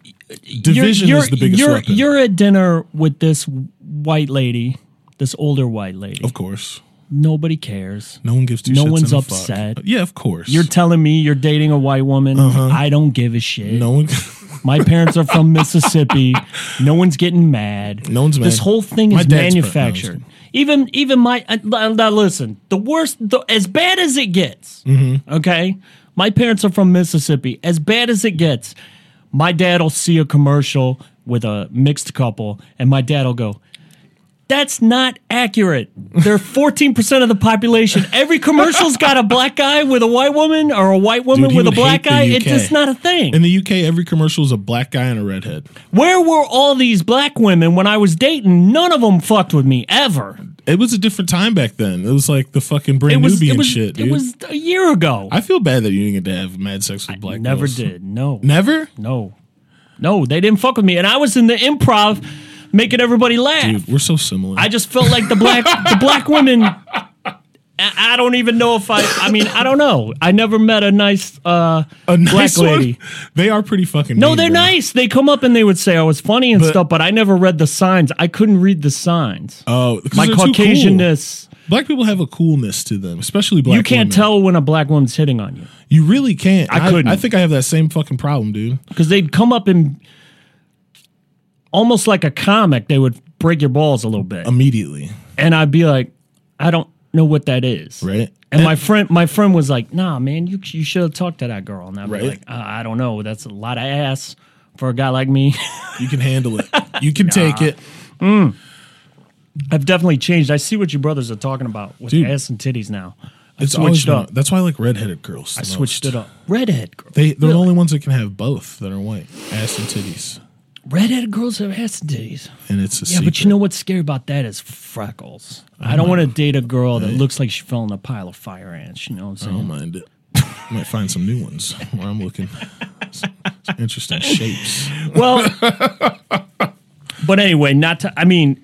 Speaker 2: Division is the biggest
Speaker 1: you're,
Speaker 2: weapon.
Speaker 1: You're at dinner with this white lady, this older white lady.
Speaker 2: Of course.
Speaker 1: Nobody cares.
Speaker 2: No one gives two
Speaker 1: No
Speaker 2: shits and
Speaker 1: one's
Speaker 2: a fuck.
Speaker 1: upset.
Speaker 2: Yeah, of course.
Speaker 1: You're telling me you're dating a white woman. I don't give a shit.
Speaker 2: no one
Speaker 1: My parents are from Mississippi. No one's getting mad.
Speaker 2: No one's mad.
Speaker 1: This whole thing
Speaker 2: My
Speaker 1: is
Speaker 2: dad's pro-
Speaker 1: manufactured. even even my uh, now listen. The worst, the, as bad as it gets.
Speaker 2: Mm-hmm.
Speaker 1: Okay, my parents are from Mississippi. As bad as it gets, my dad will see a commercial with a mixed couple, and my dad will go. That's not accurate. They're 14% of the population. Every commercial's got a black guy with a white woman or a white woman
Speaker 2: Dude, he
Speaker 1: with a
Speaker 2: would
Speaker 1: black
Speaker 2: hate the
Speaker 1: guy. It's
Speaker 2: UK.
Speaker 1: just not a thing.
Speaker 2: In the UK, every commercial is a black guy and a redhead.
Speaker 1: Where were all these black women when I was dating? None of them fucked with me ever.
Speaker 2: It was a different time back then. It was like the fucking brand
Speaker 1: was
Speaker 2: newbie
Speaker 1: it
Speaker 2: and
Speaker 1: was,
Speaker 2: shit, dude.
Speaker 1: it was a year ago.
Speaker 2: I feel bad that you didn't get to have mad sex with black
Speaker 1: Never
Speaker 2: girls.
Speaker 1: did. No.
Speaker 2: Never?
Speaker 1: No. No, they didn't fuck with me and I was in the improv making everybody laugh.
Speaker 2: Dude, we're so similar.
Speaker 1: I just felt like the black the black women I, I don't even know if I I mean, I don't know. I never met a nice uh
Speaker 2: a nice
Speaker 1: black
Speaker 2: one?
Speaker 1: lady.
Speaker 2: They are pretty fucking
Speaker 1: No,
Speaker 2: mean,
Speaker 1: they're
Speaker 2: bro.
Speaker 1: nice. They come up and they would say I was funny and
Speaker 2: But-
Speaker 1: stuff, but I never read the signs. I couldn't read the signs.
Speaker 2: Oh, 'cause
Speaker 1: My uh,
Speaker 2: they're too cool.
Speaker 1: Caucasianness
Speaker 2: Black people have a coolness to them, especially black
Speaker 1: you can't
Speaker 2: women.
Speaker 1: tell when a black woman's hitting on you
Speaker 2: You really can't. I,
Speaker 1: couldn't.
Speaker 2: I think I have that same fucking problem, dude.
Speaker 1: because they'd come up and almost like a comic, they would break your balls a little bit,
Speaker 2: Um, Immediately,
Speaker 1: and I'd be like, I don't know what that is,
Speaker 2: right?
Speaker 1: And my friend, my friend was like, Nah, man, you you should have talked to that girl, and I'd
Speaker 2: Right.
Speaker 1: be like, uh, I don't know, that's a lot of ass for a guy like me.
Speaker 2: You can handle it. You can take it.
Speaker 1: I've definitely changed. I see what your brothers are talking about with
Speaker 2: Dude.
Speaker 1: ass and titties now. I
Speaker 2: It's always
Speaker 1: switched
Speaker 2: been-
Speaker 1: up.
Speaker 2: That's why I like redheaded girls.
Speaker 1: I switched it up. Redhead girl.
Speaker 2: They they're the only ones that can have both that are white ass and titties,
Speaker 1: Redheaded girls have ass and titties.
Speaker 2: and it's a
Speaker 1: Yeah, but you know what's scary about that is freckles. I don't want to date a girl that looks like she fell in a pile of fire ants. You know what I'm
Speaker 2: I don't
Speaker 1: saying?
Speaker 2: mind it. Might find some new ones where I'm looking. Some- some interesting shapes.
Speaker 1: Well, but anyway, not to. I mean,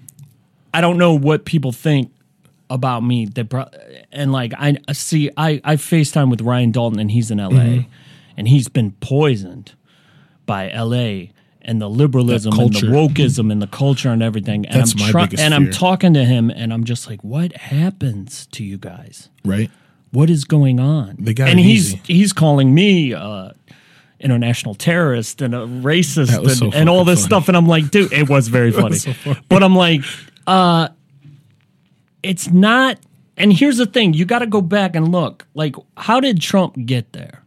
Speaker 1: I don't know what people think about me. That pro- and like I see, I I Facetime with Ryan Dalton, and he's in L.A.
Speaker 2: Mm-hmm.
Speaker 1: and he's been poisoned by L.A. and the liberalism
Speaker 2: The
Speaker 1: and the
Speaker 2: culture.
Speaker 1: wokeism and the culture and everything. And
Speaker 2: That's
Speaker 1: I'm
Speaker 2: my
Speaker 1: try-
Speaker 2: biggest
Speaker 1: and I'm
Speaker 2: fear.
Speaker 1: talking to him, and I'm just like, what happens to you guys?
Speaker 2: Right?
Speaker 1: what is going on?
Speaker 2: They got
Speaker 1: and
Speaker 2: it
Speaker 1: he's
Speaker 2: easy.
Speaker 1: he's calling me uh, international terrorist and a racist
Speaker 2: That was
Speaker 1: and,
Speaker 2: so
Speaker 1: and all
Speaker 2: fucking
Speaker 1: this
Speaker 2: funny.
Speaker 1: stuff. And I'm like, dude, it was very funny.
Speaker 2: so funny.
Speaker 1: But I'm like, uh, it's not. And here's the thing: you got to go back and look. Like, how did Trump get there?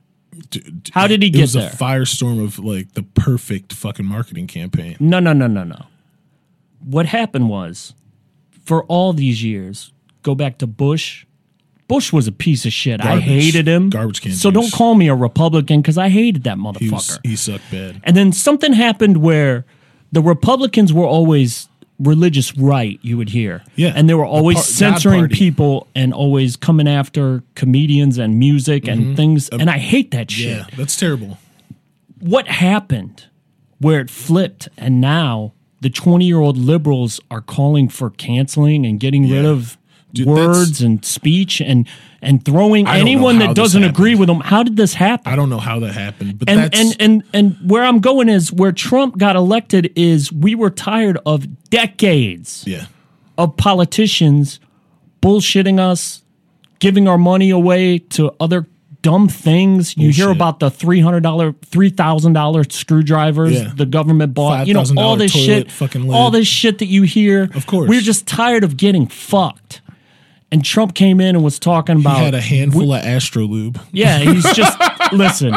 Speaker 2: Dude,
Speaker 1: How did he
Speaker 2: It
Speaker 1: get
Speaker 2: was
Speaker 1: there?
Speaker 2: a firestorm of like the perfect fucking marketing campaign.
Speaker 1: No, no, no, no, no. What happened was, for all these years, go back to Bush. Bush was a piece of shit. I
Speaker 2: Garbage.
Speaker 1: hated him.
Speaker 2: Garbage can
Speaker 1: So don't
Speaker 2: juice.
Speaker 1: call me a Republican because I hated that
Speaker 2: He
Speaker 1: motherfucker.
Speaker 2: was, he sucked bad.
Speaker 1: And then something happened where the Republicans were always religious right, you would hear.
Speaker 2: Yeah.
Speaker 1: And they were always
Speaker 2: par- God
Speaker 1: censoring
Speaker 2: party.
Speaker 1: people and always coming after comedians and music
Speaker 2: Mm-hmm.
Speaker 1: and things. and I hate that shit.
Speaker 2: Yeah, that's terrible.
Speaker 1: What happened where it flipped and now the 20 year old liberals are calling for canceling and getting rid
Speaker 2: Yeah.
Speaker 1: of
Speaker 2: Dude, that's-
Speaker 1: words and speech and, and throwing
Speaker 2: don't know
Speaker 1: anyone
Speaker 2: how
Speaker 1: that
Speaker 2: this
Speaker 1: doesn't agree
Speaker 2: happened.
Speaker 1: with them? How did this happen?
Speaker 2: I don't know how that happened, but
Speaker 1: and
Speaker 2: that's
Speaker 1: and and and where I'm going is where Trump got elected is we were tired of decades
Speaker 2: yeah.
Speaker 1: of politicians bullshitting us, giving our money away to other dumb things. You hear
Speaker 2: Bullshit.
Speaker 1: about the three hundred dollar, three thousand dollar screwdrivers
Speaker 2: Yeah.
Speaker 1: the government bought. You know all
Speaker 2: $5,000
Speaker 1: this
Speaker 2: toilet
Speaker 1: shit,
Speaker 2: fucking lid.
Speaker 1: all this shit that you hear.
Speaker 2: Of course.
Speaker 1: we're just tired of getting fucked. And Trump came in and was talking about
Speaker 2: He had a handful of astrolube.
Speaker 1: yeah, he's just listen.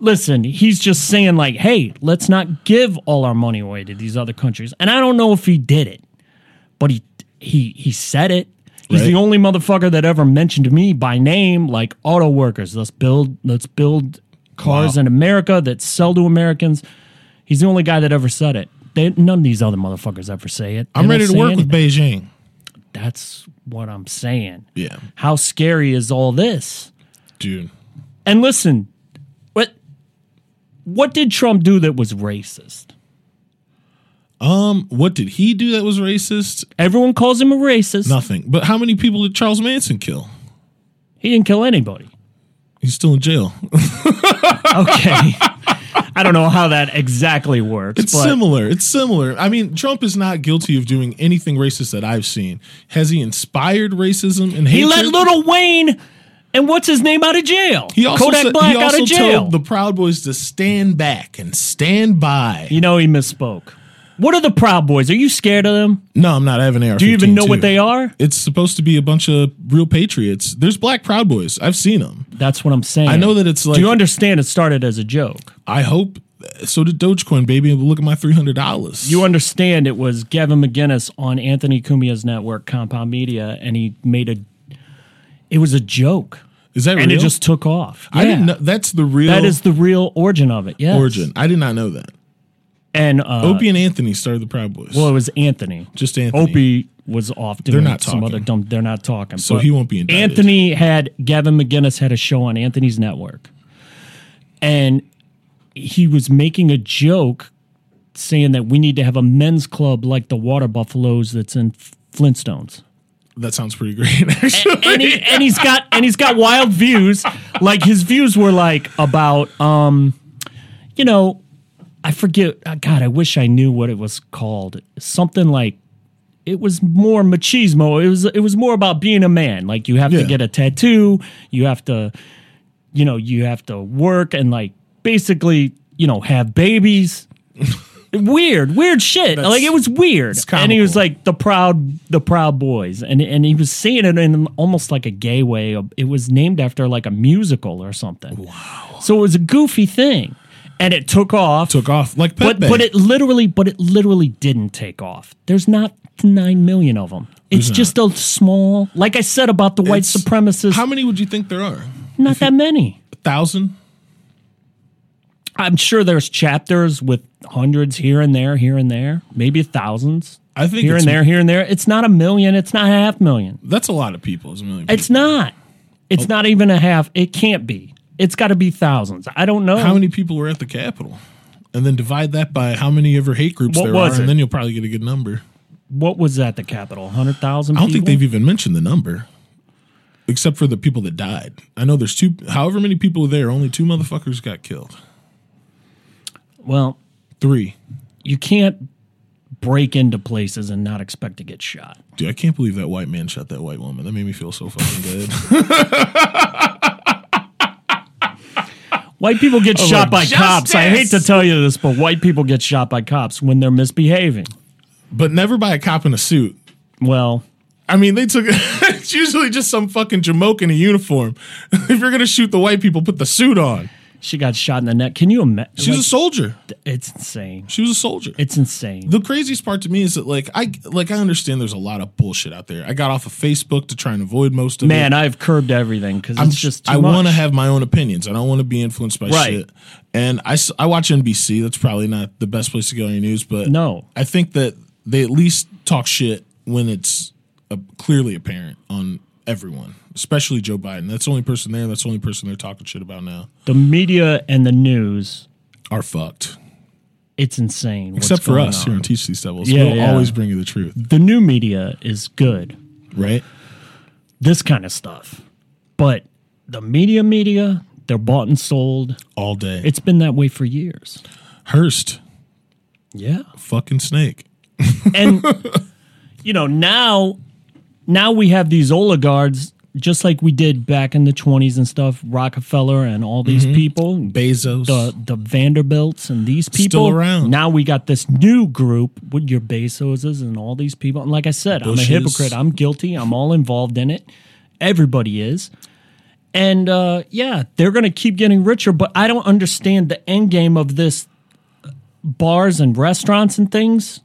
Speaker 1: Listen, he's just saying like, "Hey, let's not give all our money away to these other countries." And I don't know if he did it, but he he he said it. He's
Speaker 2: Right.
Speaker 1: the only motherfucker that ever mentioned me by name like auto workers. Let's build let's build cars
Speaker 2: Wow.
Speaker 1: in America that sell to Americans. He's the only guy that ever said it. They, none of these other motherfuckers ever say it. They
Speaker 2: I'm
Speaker 1: don't
Speaker 2: ready to
Speaker 1: say
Speaker 2: work
Speaker 1: anything.
Speaker 2: with Beijing.
Speaker 1: That's what I'm saying.
Speaker 2: Yeah,
Speaker 1: How scary is all this?
Speaker 2: dude.
Speaker 1: And listen, what what did Trump do that was racist?
Speaker 2: Um, what did he do that was racist?
Speaker 1: Everyone calls him a racist.
Speaker 2: Nothing. But how many people did Charles Manson kill?
Speaker 1: He didn't kill anybody.
Speaker 2: He's still in jail.
Speaker 1: Okay. I don't know how that exactly works.
Speaker 2: It's
Speaker 1: but
Speaker 2: similar. It's similar. I mean, Trump is not guilty of doing anything racist that I've seen. Has he inspired racism and
Speaker 1: He
Speaker 2: hatred?
Speaker 1: let Little Wayne and what's his name out of jail.
Speaker 2: He also
Speaker 1: Kodak
Speaker 2: said-
Speaker 1: Black
Speaker 2: he also
Speaker 1: out of jail.
Speaker 2: told the Proud Boys to stand back and stand by.
Speaker 1: you know he misspoke. What are the Proud Boys? Are you scared of them?
Speaker 2: No, I'm not having AR.
Speaker 1: Do you even know what they are?
Speaker 2: It's supposed to be a bunch of real patriots. There's black Proud Boys. I've seen them.
Speaker 1: That's what I'm saying.
Speaker 2: I know that it's like
Speaker 1: Do you understand? It started as a joke.
Speaker 2: I hope. So did Dogecoin, baby. Look at my three hundred dollars.
Speaker 1: You understand? It was Gavin McGinnis on Anthony Cumia's network, Compound Media, and he made a. It was a joke,
Speaker 2: is that
Speaker 1: and
Speaker 2: real?
Speaker 1: it just took off.
Speaker 2: I didn't
Speaker 1: Yeah.
Speaker 2: know. That's the real
Speaker 1: That is the real origin of it. Yes.
Speaker 2: origin. I did not know that.
Speaker 1: And uh,
Speaker 2: Opie and Anthony started the Proud Boys.
Speaker 1: well, it was Anthony.
Speaker 2: just Anthony.
Speaker 1: Opie was off doing
Speaker 2: not
Speaker 1: some
Speaker 2: talking.
Speaker 1: other dumb. They're not talking.
Speaker 2: So
Speaker 1: but
Speaker 2: he won't be indicted.
Speaker 1: Anthony had Gavin McGinnis had a show on Anthony's network, and he was making a joke saying that we need to have a men's club like the Water Buffaloes that's in Flintstones.
Speaker 2: That sounds pretty great. Actually,
Speaker 1: and, he, and he's got and he's got wild views. Like his views were like about um, you know, I forget. uh, God, I wish I knew what it was called. Something like it was more machismo. It was it was more about being a man. Like you have
Speaker 2: Yeah.
Speaker 1: to get a tattoo. You have to, you know, you have to work and like basically, you know, have babies. weird, weird shit. like it was weird. And he was
Speaker 2: comical.
Speaker 1: like the proud, the proud boys, and and he was saying it in almost like a gay way. It was named after like a musical or something. Wow. So it was a goofy thing, and it took off.
Speaker 2: took off like Pepe.
Speaker 1: but but it literally, but it literally didn't take off. There's not nine million of them. It's just a small. Like I said about the white
Speaker 2: It's-
Speaker 1: supremacists,
Speaker 2: How many would you think there are?
Speaker 1: not that many.
Speaker 2: A thousand.
Speaker 1: I'm sure there's chapters with hundreds here and there, here and there, maybe thousands.
Speaker 2: I think
Speaker 1: here
Speaker 2: it's-
Speaker 1: and there, here and there. It's not a million. It's not a half million.
Speaker 2: That's a lot of people. It's a million.
Speaker 1: It's not. It's not even a half. It can't be. It's got to be thousands. I don't know.
Speaker 2: how many people were at the Capitol? And then divide that by how many ever hate groups
Speaker 1: What
Speaker 2: there
Speaker 1: was
Speaker 2: are,
Speaker 1: it?
Speaker 2: and then you'll probably get a good number.
Speaker 1: what was at the Capitol? Hundred thousand.
Speaker 2: I don't think they've even mentioned the number, except for the people that died. I know there's two, however many people were there, only two motherfuckers got killed.
Speaker 1: Well,
Speaker 2: Three.
Speaker 1: you can't break into places and not expect to get shot.
Speaker 2: Dude, I can't believe that white man shot that white woman. That made me feel so fucking good.
Speaker 1: White people get shot by cops. I hate to
Speaker 2: Oh, justice!
Speaker 1: tell you this, but white people get shot by cops when they're misbehaving.
Speaker 2: but never by a cop in a suit.
Speaker 1: Well,
Speaker 2: I mean, they took it's usually just some fucking jamoke in a uniform. if you're gonna shoot the white people, put the suit on.
Speaker 1: she got shot in the neck. Can you imagine?
Speaker 2: She was a soldier.
Speaker 1: It's insane.
Speaker 2: She was a soldier.
Speaker 1: It's insane.
Speaker 2: the craziest part to me is that like I like I understand there's a lot of bullshit out there. I got off of Facebook to try and avoid most of it.
Speaker 1: Man, I've curbed everything because
Speaker 2: I'm
Speaker 1: it's just too
Speaker 2: I want to
Speaker 1: much.
Speaker 2: have my own opinions. I don't want to be influenced by
Speaker 1: Right.
Speaker 2: shit. And I, s- I watch NBC. That's probably not the best place to get on your news, but
Speaker 1: No.
Speaker 2: I think that they at least talk shit when it's uh clearly apparent on everyone, especially Joe Biden. That's the only person there. That's the only person they're talking shit about now.
Speaker 1: the media and the news.
Speaker 2: Are fucked.
Speaker 1: It's insane. what's
Speaker 2: Except for
Speaker 1: going
Speaker 2: us
Speaker 1: on.
Speaker 2: here on Teach These Devils.
Speaker 1: Yeah,
Speaker 2: we'll
Speaker 1: yeah.
Speaker 2: always bring you the truth,
Speaker 1: the new media is good.
Speaker 2: right?
Speaker 1: This kind of stuff, but the media, media, they're bought and sold.
Speaker 2: All day.
Speaker 1: It's been that way for years.
Speaker 2: Hearst,
Speaker 1: Yeah.
Speaker 2: fucking snake.
Speaker 1: and you know now now we have these oligarchs just like we did back in the 20s and stuff rockefeller and all these people
Speaker 2: Bezos.
Speaker 1: the uh, the vanderbilts and these people
Speaker 2: around.
Speaker 1: now we got this new group with your bezoses and all these people and like i said
Speaker 2: Bushes.
Speaker 1: i'm a hypocrite i'm guilty i'm all involved in it everybody is and uh, yeah they're gonna keep getting richer but i don't understand the end game of this uh, bars and restaurants and things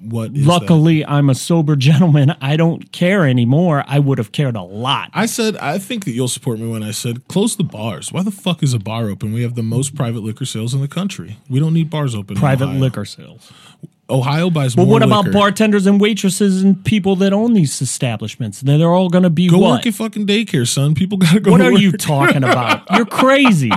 Speaker 2: what is that?
Speaker 1: Luckily, I'm a sober gentleman. I don't care anymore. I would have cared a lot.
Speaker 2: I said, I think that you'll support me when I said, close the bars. Why the fuck is a bar open? We have the most private liquor sales in the country. We don't need bars open. in
Speaker 1: Private
Speaker 2: Ohio.
Speaker 1: liquor sales.
Speaker 2: Ohio buys
Speaker 1: But
Speaker 2: more.
Speaker 1: what about
Speaker 2: liquor.
Speaker 1: bartenders and waitresses and people that own these establishments? They're they're all going to be
Speaker 2: Go
Speaker 1: what?
Speaker 2: work at fucking daycare, son. People gotta go.
Speaker 1: what
Speaker 2: to
Speaker 1: are
Speaker 2: work.
Speaker 1: you talking about? You're crazy.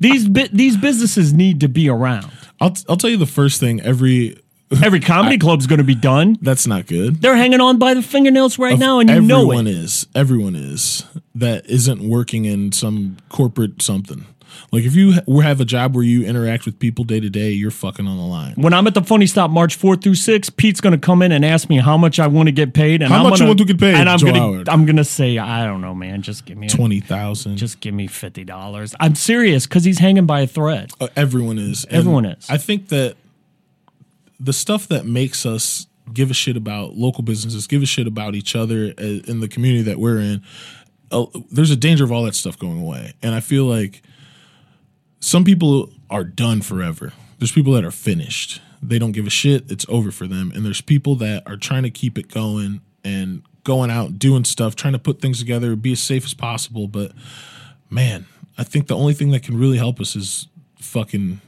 Speaker 1: These bu- these businesses need to be around.
Speaker 2: I'll, t- I'll tell you the first thing every
Speaker 1: Every comedy club's going to be done.
Speaker 2: That's not good.
Speaker 1: They're hanging on by the fingernails right now, and you know
Speaker 2: Everyone
Speaker 1: it.
Speaker 2: is. Everyone is that isn't working in some corporate something. Like if you ha- have a job where you interact with people day to day, you're fucking on the line.
Speaker 1: When I'm at the Funny Stop March 4 through 6, Pete's going to come in and ask me how much I want to get paid. And
Speaker 2: How
Speaker 1: I'm
Speaker 2: much you
Speaker 1: gonna,
Speaker 2: want to get paid,
Speaker 1: And I'm
Speaker 2: Joe
Speaker 1: going
Speaker 2: Howard?
Speaker 1: to I'm gonna say, I don't know, man. Just give me a,
Speaker 2: Twenty thousand.
Speaker 1: Just give me $50. I'm serious because he's hanging by a thread.
Speaker 2: Uh, everyone is. And
Speaker 1: Everyone is.
Speaker 2: I think that the stuff that makes us give a shit about local businesses, give a shit about each other uh, in the community that we're in, uh, there's a danger of all that stuff going away. And I feel like some people are done forever. There's people that are finished. They don't give a shit. It's over for them. And there's people that are trying to keep it going and going out, doing stuff, trying to put things together, be as safe as possible. But man, I think the only thing that can really help us is fucking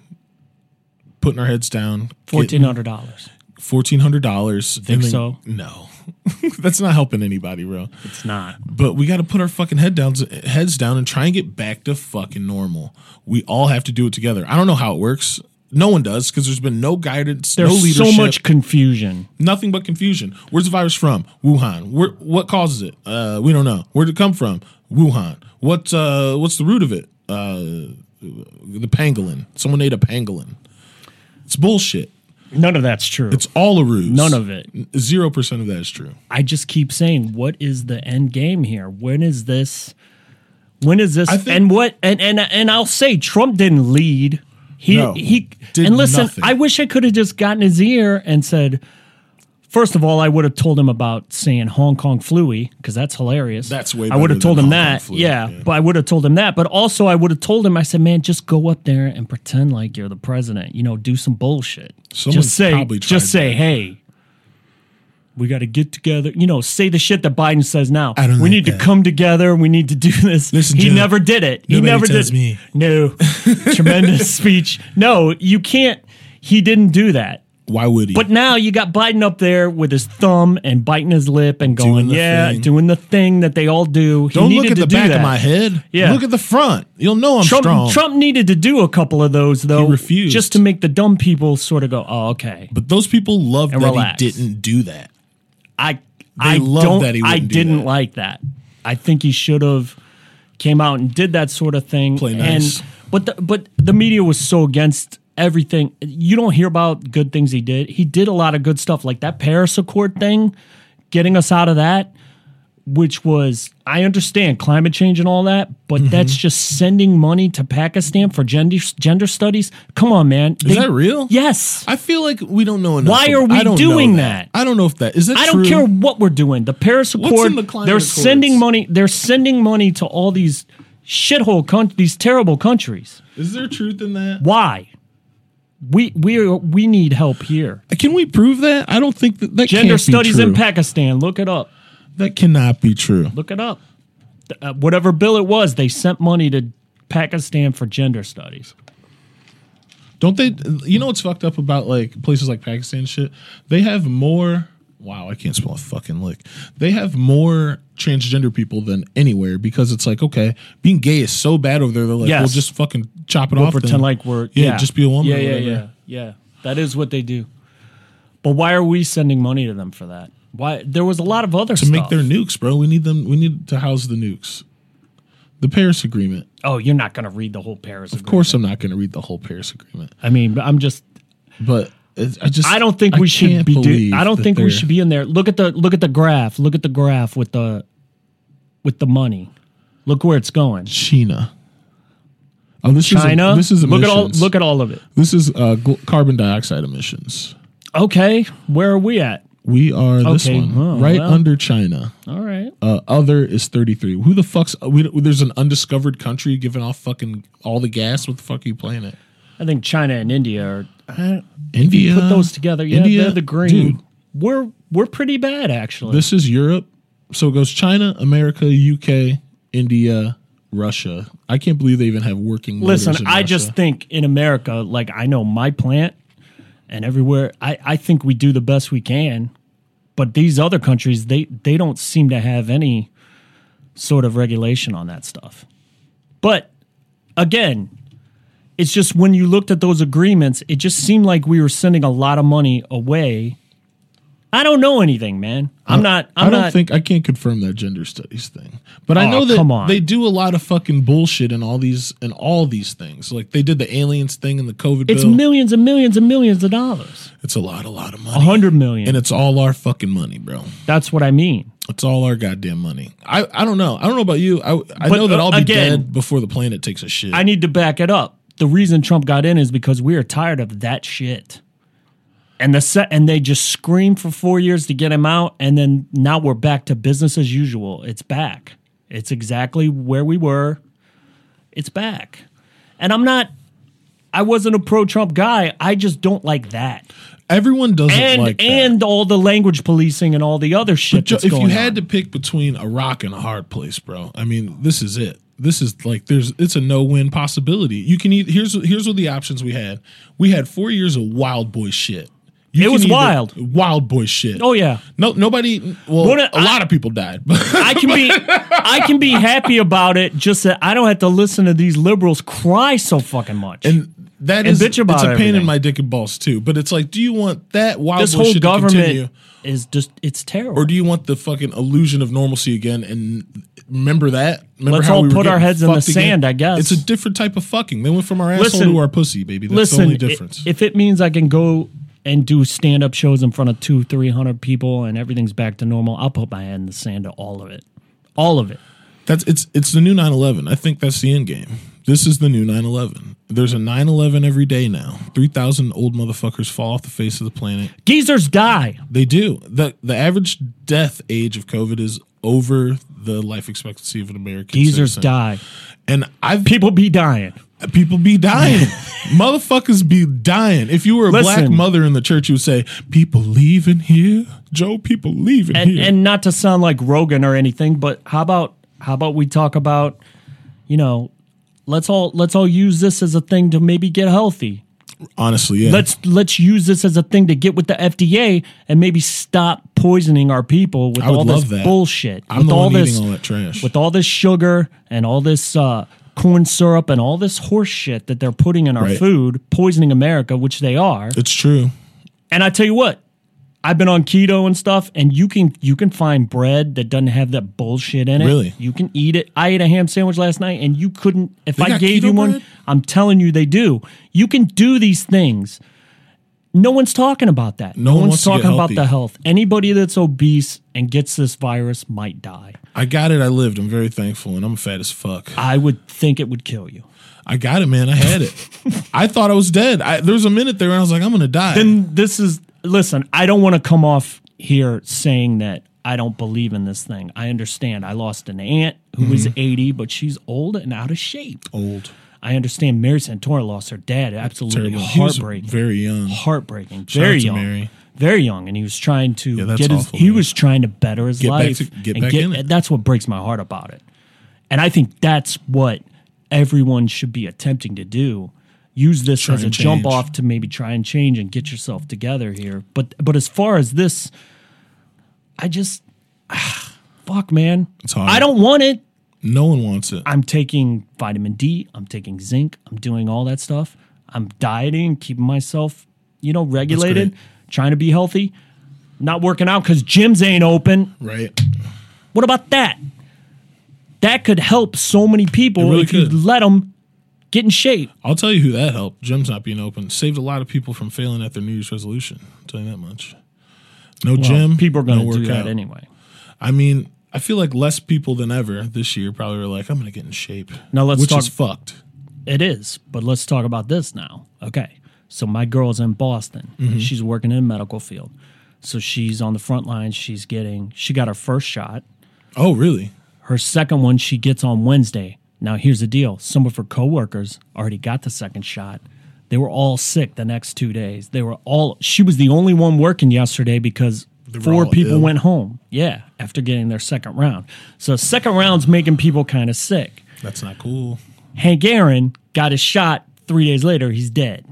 Speaker 2: putting our heads down, getting
Speaker 1: $1,400.
Speaker 2: fourteen hundred dollars. Think
Speaker 1: so?
Speaker 2: No, that's not helping anybody, bro.
Speaker 1: It's not.
Speaker 2: But we got to put our fucking head down, heads down, and try and get back to fucking normal. We all have to do it together. I don't know how it works. No one does because there's been no guidance, no
Speaker 1: There's
Speaker 2: leadership,
Speaker 1: so much confusion.
Speaker 2: nothing but confusion. Where's the virus from? Wuhan. Where, what causes it? Uh, we don't know. Where'd it come from? Wuhan. What? Uh, what's the root of it? Uh, the pangolin. Someone ate a pangolin. It's bullshit.
Speaker 1: None of that's true.
Speaker 2: It's all a ruse.
Speaker 1: None of it.
Speaker 2: Zero percent of that is true.
Speaker 1: I just keep saying, what is the end game here? When is this? When is this?
Speaker 2: I think-
Speaker 1: and what? And and and I'll say, Trump didn't lead. He
Speaker 2: No,
Speaker 1: he.
Speaker 2: did
Speaker 1: and listen,
Speaker 2: nothing.
Speaker 1: I wish I could have just gotten his ear and said. First of all, I would have told him about saying Hong Kong fluey because that's hilarious.
Speaker 2: That's way
Speaker 1: I would
Speaker 2: better
Speaker 1: have told
Speaker 2: than
Speaker 1: him
Speaker 2: Hong Kong
Speaker 1: that.
Speaker 2: fluey,
Speaker 1: yeah,
Speaker 2: yeah.
Speaker 1: but I would have told him that. But also, I would have told him. I said, "Man, just go up there and pretend like you're the president. You know, do some bullshit.
Speaker 2: Someone's
Speaker 1: just say,
Speaker 2: probably
Speaker 1: just
Speaker 2: tried
Speaker 1: say, hey, we got to get together. You know, say the shit that Biden says now.
Speaker 2: I don't
Speaker 1: we
Speaker 2: like
Speaker 1: need
Speaker 2: that.
Speaker 1: to come together. We need to do this.
Speaker 2: Listen,
Speaker 1: he
Speaker 2: Joe,
Speaker 1: never did it. He
Speaker 2: nobody
Speaker 1: never did.
Speaker 2: tells me.
Speaker 1: No, tremendous speech. No, you can't. He didn't do that.
Speaker 2: Why would he?
Speaker 1: But now you got Biden up there with his thumb and biting his lip and going,
Speaker 2: the
Speaker 1: yeah,
Speaker 2: thing.
Speaker 1: doing the thing that they all do. He
Speaker 2: Don't look
Speaker 1: needed
Speaker 2: at
Speaker 1: to
Speaker 2: the
Speaker 1: do
Speaker 2: back
Speaker 1: that.
Speaker 2: of my head.
Speaker 1: Yeah.
Speaker 2: Look at the front. You'll know I'm
Speaker 1: Trump,
Speaker 2: strong.
Speaker 1: Trump needed to do a couple of those though,
Speaker 2: refused.
Speaker 1: just to make the dumb people sort of go, "Oh, okay."
Speaker 2: But those people love that
Speaker 1: relax.
Speaker 2: he didn't do that.
Speaker 1: I I
Speaker 2: love
Speaker 1: don't.
Speaker 2: that he
Speaker 1: I
Speaker 2: wouldn't do
Speaker 1: didn't
Speaker 2: that.
Speaker 1: like that. I think he should have came out and did that sort of thing.
Speaker 2: Play nice.
Speaker 1: And but the, but the media was so against everything. You don't hear about good things he did. He did a lot of good stuff, like that Paris Accord thing, getting us out of that. Which was, I understand climate change and all that, but
Speaker 2: Mm-hmm.
Speaker 1: that's just sending money to Pakistan for gender gender studies. Come on, man.
Speaker 2: Is that real?
Speaker 1: Yes.
Speaker 2: I feel like we don't know enough.
Speaker 1: Why are
Speaker 2: ab-
Speaker 1: we
Speaker 2: I don't
Speaker 1: doing
Speaker 2: know that.
Speaker 1: that?
Speaker 2: I don't know if that is that.
Speaker 1: I don't
Speaker 2: true?
Speaker 1: care what we're doing. The Paris Accord.
Speaker 2: in the climate
Speaker 1: they're
Speaker 2: accords?
Speaker 1: sending money. They're sending money to all these shithole countries, these terrible countries.
Speaker 2: Is there truth in that?
Speaker 1: Why? We we we need help here.
Speaker 2: Can we prove that? I don't think that that
Speaker 1: Gender
Speaker 2: can't
Speaker 1: studies
Speaker 2: be true.
Speaker 1: in Pakistan. Look it up.
Speaker 2: That cannot be true.
Speaker 1: Look it up. Th- uh, whatever bill it was, they sent money to Pakistan for gender studies.
Speaker 2: Don't they? You know what's fucked up about like places like Pakistan and shit? They have more. Wow, I can't smell a fucking lick. They have more transgender people than anywhere because it's like okay, being gay is so bad over there. They're like,
Speaker 1: Yes.
Speaker 2: we'll just fucking chop it off.
Speaker 1: pretend
Speaker 2: then.
Speaker 1: like we're
Speaker 2: yeah, just be a woman.
Speaker 1: Yeah,
Speaker 2: or
Speaker 1: yeah,
Speaker 2: whatever.
Speaker 1: yeah, yeah. That is what they do. But why are we sending money to them for that? Why there was a lot of other
Speaker 2: To
Speaker 1: stuff.
Speaker 2: make their nukes, bro. We need them. We need to house the nukes. The Paris Agreement.
Speaker 1: oh, you're not going to read the whole Paris.
Speaker 2: Of course, I'm not going to read the whole Paris Agreement,
Speaker 1: I mean, I'm just.
Speaker 2: but it's- I just
Speaker 1: I don't think we should
Speaker 2: can't
Speaker 1: be. Do,
Speaker 2: believe
Speaker 1: I don't
Speaker 2: that
Speaker 1: think we
Speaker 2: they're-
Speaker 1: should be in there. Look at the look at the graph. Look at the graph with the with the money. Look where it's going.
Speaker 2: China. Oh, this
Speaker 1: China.
Speaker 2: Is, this is
Speaker 1: look at all.
Speaker 2: emissions.
Speaker 1: Look at all of it.
Speaker 2: This is uh, gl- carbon dioxide emissions.
Speaker 1: Okay, where are we at?
Speaker 2: We are this
Speaker 1: Okay,
Speaker 2: one
Speaker 1: oh,
Speaker 2: right
Speaker 1: well.
Speaker 2: under China.
Speaker 1: All right.
Speaker 2: Uh, other is thirty three. Who the fuck's? We, there's an undiscovered country giving off fucking all the gas. What the fuck are you playing at?
Speaker 1: I think China and India are. I-
Speaker 2: India.
Speaker 1: Put those together. Yeah,
Speaker 2: Uh, India,
Speaker 1: they're the green.
Speaker 2: dude.
Speaker 1: We're we're pretty bad actually.
Speaker 2: This is Europe. So it goes China, America, UK, India, Russia. I can't believe they even have working. motors
Speaker 1: Listen,
Speaker 2: in
Speaker 1: I
Speaker 2: Russia.
Speaker 1: just think in America, like I know my plant and everywhere, I, I think we do the best we can. But these other countries, they, they don't seem to have any sort of regulation on that stuff. But again, It's just when you looked at those agreements, it just seemed like we were sending a lot of money away. I don't know anything, man. I'm not. I'm
Speaker 2: I do not
Speaker 1: not.
Speaker 2: think I can't confirm that gender studies thing, but I
Speaker 1: Aw,
Speaker 2: know
Speaker 1: come on.
Speaker 2: that they do a lot of fucking bullshit in all these in all these things. Like they did the aliens thing and the COVID
Speaker 1: it's
Speaker 2: bill.
Speaker 1: millions and millions and millions of dollars.
Speaker 2: it's a lot, a lot of
Speaker 1: A
Speaker 2: money,
Speaker 1: hundred million.
Speaker 2: and it's all our fucking money, bro.
Speaker 1: That's what I mean.
Speaker 2: It's all our goddamn money. I, I don't know. I don't know about you. I I
Speaker 1: But,
Speaker 2: know that
Speaker 1: uh,
Speaker 2: I'll be
Speaker 1: again-
Speaker 2: dead before the planet takes a shit.
Speaker 1: I need to back it up. The reason Trump got in is because we are tired of that shit. And the set, and they just screamed for four years to get him out, and then now we're back to business as usual. It's back. It's exactly where we were. It's back. And I'm not. I wasn't a pro Trump guy. I just don't like that.
Speaker 2: Everyone doesn't
Speaker 1: And
Speaker 2: like that.
Speaker 1: and all the language policing and all the other shit.
Speaker 2: Jo-
Speaker 1: That's
Speaker 2: if
Speaker 1: going
Speaker 2: you had
Speaker 1: on.
Speaker 2: to pick between a rock and a hard place, bro, I mean, this is it. This is like there's it's a no win possibility. You can eat here's here's what the options we had. We had four years of wild boy shit.
Speaker 1: It
Speaker 2: You can
Speaker 1: was wild.
Speaker 2: wild boy shit.
Speaker 1: oh yeah,
Speaker 2: no, nobody. Well,
Speaker 1: What
Speaker 2: a
Speaker 1: a- I-
Speaker 2: lot of people died.
Speaker 1: I can be I can be happy about it. Just that I don't have to listen to these liberals cry so fucking much.
Speaker 2: and that
Speaker 1: And
Speaker 2: is
Speaker 1: bitch about
Speaker 2: it's a pain in
Speaker 1: everything.
Speaker 2: my dick and balls too. But it's like, do you want that wild
Speaker 1: this
Speaker 2: boy
Speaker 1: whole
Speaker 2: shit to continue?
Speaker 1: government is just it's terrible.
Speaker 2: Or do you want the fucking illusion of normalcy again and remember that? Remember
Speaker 1: Let's all
Speaker 2: were
Speaker 1: put our
Speaker 2: getting
Speaker 1: heads in the
Speaker 2: fucked
Speaker 1: sand, I guess.
Speaker 2: It's a different type of fucking. They went from our
Speaker 1: Listen-
Speaker 2: asshole to our pussy, baby. That's the
Speaker 1: Listen,
Speaker 2: only
Speaker 1: i-
Speaker 2: difference.
Speaker 1: if it means I can go and do stand up shows in front of two, three hundred people and everything's back to normal, I'll put my head in the sand to all of it. All of it.
Speaker 2: that's it's it's the new 9/11. I think that's the end game. This is the new 9/11. There's a 9/11 every day now. 3,000 old motherfuckers fall off the face of the planet.
Speaker 1: Geezers die.
Speaker 2: They do. the The average death age of COVID is over the life expectancy of an American.
Speaker 1: Geezers
Speaker 2: citizen.
Speaker 1: die.
Speaker 2: And I've
Speaker 1: People be dying.
Speaker 2: People be dying. Motherfuckers be dying. If you were a black
Speaker 1: Listen.
Speaker 2: mother in the church, you would say, People leaving here? Joe, people leaving
Speaker 1: and
Speaker 2: here.
Speaker 1: and not to sound like Rogan or anything, but how about how about we talk about, you know, let's all let's all use this as a thing to maybe get healthy.
Speaker 2: Honestly, yeah.
Speaker 1: Let's let's use this as a thing to get with the FDA and maybe stop poisoning our people with
Speaker 2: I would
Speaker 1: all this
Speaker 2: love that.
Speaker 1: bullshit.
Speaker 2: I'm
Speaker 1: with
Speaker 2: the
Speaker 1: all
Speaker 2: one
Speaker 1: this
Speaker 2: eating all that trash.
Speaker 1: with all this sugar and all this uh, corn syrup and all this horse shit that they're putting in our
Speaker 2: Right.
Speaker 1: food, poisoning America, which they are.
Speaker 2: it's true.
Speaker 1: And I tell you what, I've been on keto and stuff, and you can you can find bread that doesn't have that bullshit in it.
Speaker 2: Really?
Speaker 1: you can eat it. I ate a ham sandwich last night, and you couldn't. If I
Speaker 2: got
Speaker 1: gave
Speaker 2: keto
Speaker 1: you one,
Speaker 2: bread?
Speaker 1: I'm telling you, they do. You can do these things. No one's talking about that.
Speaker 2: No one wants to get
Speaker 1: talking about
Speaker 2: healthy.
Speaker 1: the health. Anybody that's obese and gets this virus might die.
Speaker 2: I got it. I lived. I'm very thankful, and I'm fat as fuck.
Speaker 1: I would think it would kill you.
Speaker 2: I got it, man. I had it. I thought I was dead. I, there was a minute there, and I was like, I'm going to die.
Speaker 1: And this is listen, I don't want to come off here saying that I don't believe in this thing. I understand. I lost an aunt who was
Speaker 2: Mm-hmm.
Speaker 1: 80, but she's old and out of shape.
Speaker 2: Old.
Speaker 1: I understand Mary Santora lost her dad. Absolutely
Speaker 2: Terrible. He was
Speaker 1: heartbreaking.
Speaker 2: very young.
Speaker 1: heartbreaking.
Speaker 2: out
Speaker 1: very
Speaker 2: to
Speaker 1: young.
Speaker 2: Mary.
Speaker 1: Very young. And he was trying to
Speaker 2: that's
Speaker 1: get his
Speaker 2: awful,
Speaker 1: he
Speaker 2: man.
Speaker 1: was trying to better his
Speaker 2: back
Speaker 1: life.
Speaker 2: to- get
Speaker 1: and
Speaker 2: back in it.
Speaker 1: That's what breaks my heart about it. And I think that's what everyone should be attempting to do. Use this as a
Speaker 2: and
Speaker 1: jump
Speaker 2: change.
Speaker 1: off to maybe try and change and get yourself together here. But but as far as this, I just fuck man.
Speaker 2: It's hard.
Speaker 1: I don't want it.
Speaker 2: No one wants it.
Speaker 1: I'm taking vitamin D, I'm taking zinc, I'm doing all that stuff. I'm dieting, keeping myself, you know, regulated, trying to be healthy, not working out because gyms ain't open.
Speaker 2: Right?
Speaker 1: What about that? That could help so many people
Speaker 2: It really
Speaker 1: if
Speaker 2: could.
Speaker 1: you let them get in shape.
Speaker 2: I'll tell you who that helped. Gyms not being open saved a lot of people from failing at their New Year's resolution. I'll tell you that much. No gym.
Speaker 1: people are going
Speaker 2: no
Speaker 1: to do that
Speaker 2: workout.
Speaker 1: anyway.
Speaker 2: I mean, I feel like less people than ever this year probably were like, I'm going to get in shape.
Speaker 1: Now let's
Speaker 2: Which
Speaker 1: talk-
Speaker 2: is fucked.
Speaker 1: It is, but let's talk about this now. Okay. So my girl's in Boston.
Speaker 2: Mm-hmm.
Speaker 1: She's working in the medical field. So she's on the front lines. She's getting, she got her first shot.
Speaker 2: Oh, really?
Speaker 1: Her second one she gets on Wednesday. Now here's the deal. Some of her coworkers already got the second shot. They were all sick the next two days. They were all she was the only one working yesterday because
Speaker 2: were
Speaker 1: four
Speaker 2: all
Speaker 1: people
Speaker 2: ill.
Speaker 1: went home. Yeah, after getting their second round. So second round's making people kind of sick.
Speaker 2: That's not cool.
Speaker 1: Hank Aaron got his shot three days later, he's dead.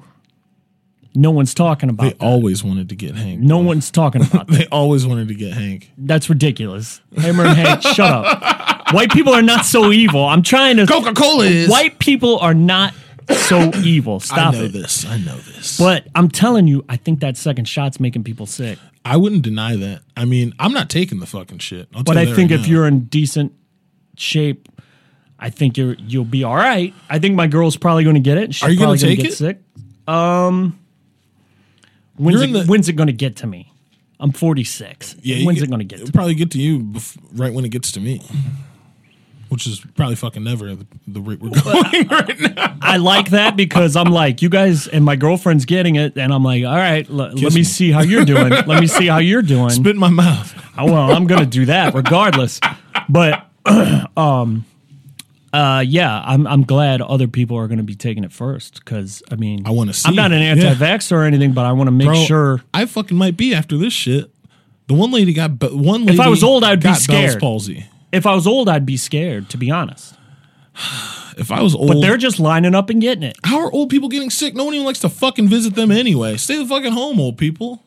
Speaker 1: No one's talking
Speaker 2: They
Speaker 1: about that.
Speaker 2: always wanted to get Hank.
Speaker 1: no one's talking about that.
Speaker 2: They always wanted to get Hank.
Speaker 1: That's ridiculous. Hammer and Hank, shut up. White people are not so evil. I'm trying to
Speaker 2: Coca Cola is.
Speaker 1: White people are not so evil. Stop
Speaker 2: I know
Speaker 1: it.
Speaker 2: this. I know this.
Speaker 1: But I'm telling you, I think that second shot's making people sick.
Speaker 2: I wouldn't deny that. I mean, I'm not taking the fucking shit. I'll
Speaker 1: But
Speaker 2: tell
Speaker 1: I
Speaker 2: you that
Speaker 1: think
Speaker 2: right
Speaker 1: if
Speaker 2: now.
Speaker 1: you're in decent shape, I think you're you'll be all right. I think my girl's probably going to get it. She's
Speaker 2: Are you gonna
Speaker 1: probably gonna
Speaker 2: take
Speaker 1: get
Speaker 2: it?
Speaker 1: Sick. Um, when's
Speaker 2: You're
Speaker 1: it,
Speaker 2: in the-
Speaker 1: when's it going to get to me? I'm 46.
Speaker 2: Yeah, you
Speaker 1: when's
Speaker 2: get-
Speaker 1: it going to get
Speaker 2: it'll
Speaker 1: to me?
Speaker 2: probably get to you bef- right when it gets to me, which is probably fucking never the, the rate we're going right now.
Speaker 1: I like that because I'm like, you guys and my girlfriend's getting it, and I'm like, all right, l- let me
Speaker 2: me.
Speaker 1: see how you're doing. let me see how you're doing.
Speaker 2: Spit in my mouth.
Speaker 1: Oh, well, I'm gonna do that regardless. But um uh yeah, I'm I'm glad other people are gonna be taking it first because I mean
Speaker 2: I wanna see.
Speaker 1: I'm not an anti vax or anything, but I wanna make
Speaker 2: Bro,
Speaker 1: sure
Speaker 2: I fucking might be after this shit. The one lady got be- one. Lady
Speaker 1: I was old, I'd be
Speaker 2: got Bell's
Speaker 1: scared.
Speaker 2: palsy.
Speaker 1: if I was old I'd be scared, to be honest.
Speaker 2: If I was old,
Speaker 1: But they're just lining up and getting it.
Speaker 2: how are old people getting sick? No one even likes to fucking visit them anyway. Stay the fucking home, old people.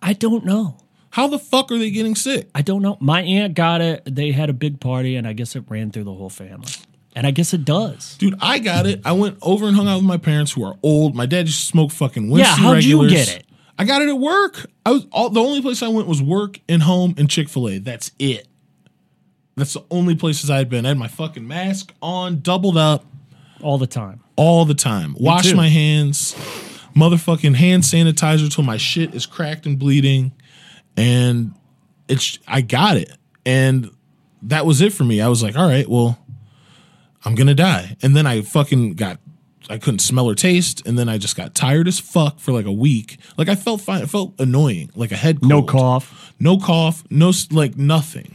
Speaker 1: I don't know.
Speaker 2: How the fuck are they getting sick?
Speaker 1: I don't know. My aunt got it. They had a big party and I guess it ran through the whole family. And I guess it does.
Speaker 2: Dude, I got it. I went over and hung out with my parents who are old. My dad used to smoke fucking Winston
Speaker 1: Yeah, how'd you
Speaker 2: regulars.
Speaker 1: get it?
Speaker 2: I got it at work. I was all the only place I went was work and home and Chick Fil A. That's it. That's the only places I had been. I had my fucking mask on, doubled up
Speaker 1: All the time.
Speaker 2: all the time. Wash
Speaker 1: too.
Speaker 2: my hands, motherfucking hand sanitizer till my shit is cracked and bleeding, and it's I got it, and that was it for me. I was like, all right, well, I'm gonna die, and then I fucking got. I couldn't smell or taste, and then I just got tired as fuck for like a week. Like I felt fine, it felt annoying, like a head cold
Speaker 1: No cough.
Speaker 2: no cough, no s- like nothing.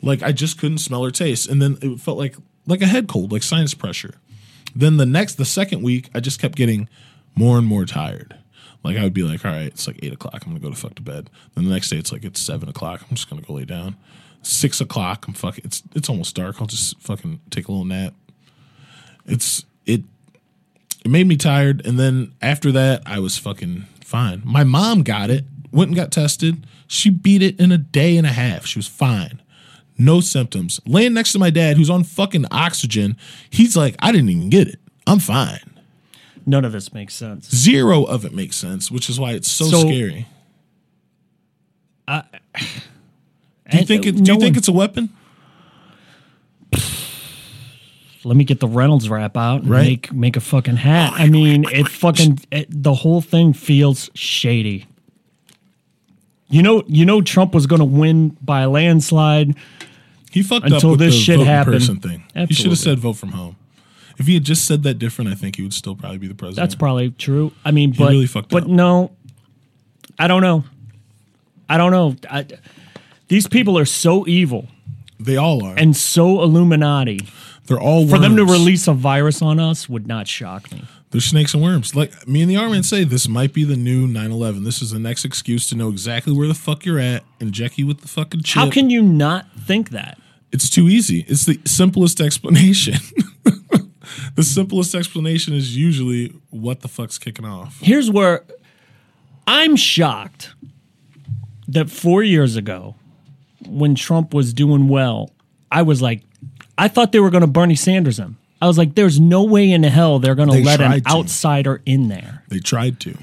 Speaker 2: Like I just couldn't smell or taste, and then it felt like like a head cold, like sinus pressure. Then the next, the second week, I just kept getting more and more tired. Like I would be like, all right, it's like eight o'clock. I'm gonna go to fuck to bed. Then the next day, it's like it's seven o'clock. I'm just gonna go lay down. Six o'clock. I'm fucking. It's it's almost dark. I'll just fucking take a little nap. It's it. It made me tired, and then after that, I was fucking fine. My mom got it, went and got tested. She beat it in a day and a half. She was fine. No symptoms. Laying next to my dad, who's on fucking oxygen, he's like, I didn't even get it. I'm fine.
Speaker 1: None of this makes sense.
Speaker 2: Zero of it makes sense, which is why it's so,
Speaker 1: So-
Speaker 2: scary. Do you think it, do you think it's a weapon?
Speaker 1: let me get the Reynolds wrap out and
Speaker 2: Right.
Speaker 1: make make a fucking hat. I mean, it fucking it, the whole thing feels shady. You know, you know, Trump was going to win by a landslide.
Speaker 2: He fucked
Speaker 1: Until
Speaker 2: up with
Speaker 1: this
Speaker 2: the
Speaker 1: shit
Speaker 2: vote in
Speaker 1: happened.
Speaker 2: person thing. He should
Speaker 1: Absolutely.
Speaker 2: have said vote from home. If he had just said that different, I think he would still probably be the president.
Speaker 1: That's probably true. I mean, but
Speaker 2: really fucked
Speaker 1: but
Speaker 2: up.
Speaker 1: no, I don't know. I don't know. I, these people are so evil
Speaker 2: they all are.
Speaker 1: and so Illuminati.
Speaker 2: They're all
Speaker 1: For them to
Speaker 2: worms.
Speaker 1: release a virus on us would not shock me.
Speaker 2: They're snakes and worms. Like me and the R-Man say, this might be the new 9-11. This is the next excuse to know exactly where the fuck you're at and jack you with the fucking chip.
Speaker 1: How can you not think that?
Speaker 2: it's too easy. It's the simplest explanation. the simplest explanation is usually what the fuck's kicking off.
Speaker 1: here's where I'm shocked that four years ago, when Trump was doing well, I was like, I thought they were going to Bernie Sanders him. I was like, there's no way in hell they're going to
Speaker 2: They
Speaker 1: let an
Speaker 2: tried to.
Speaker 1: outsider in there.
Speaker 2: They tried to.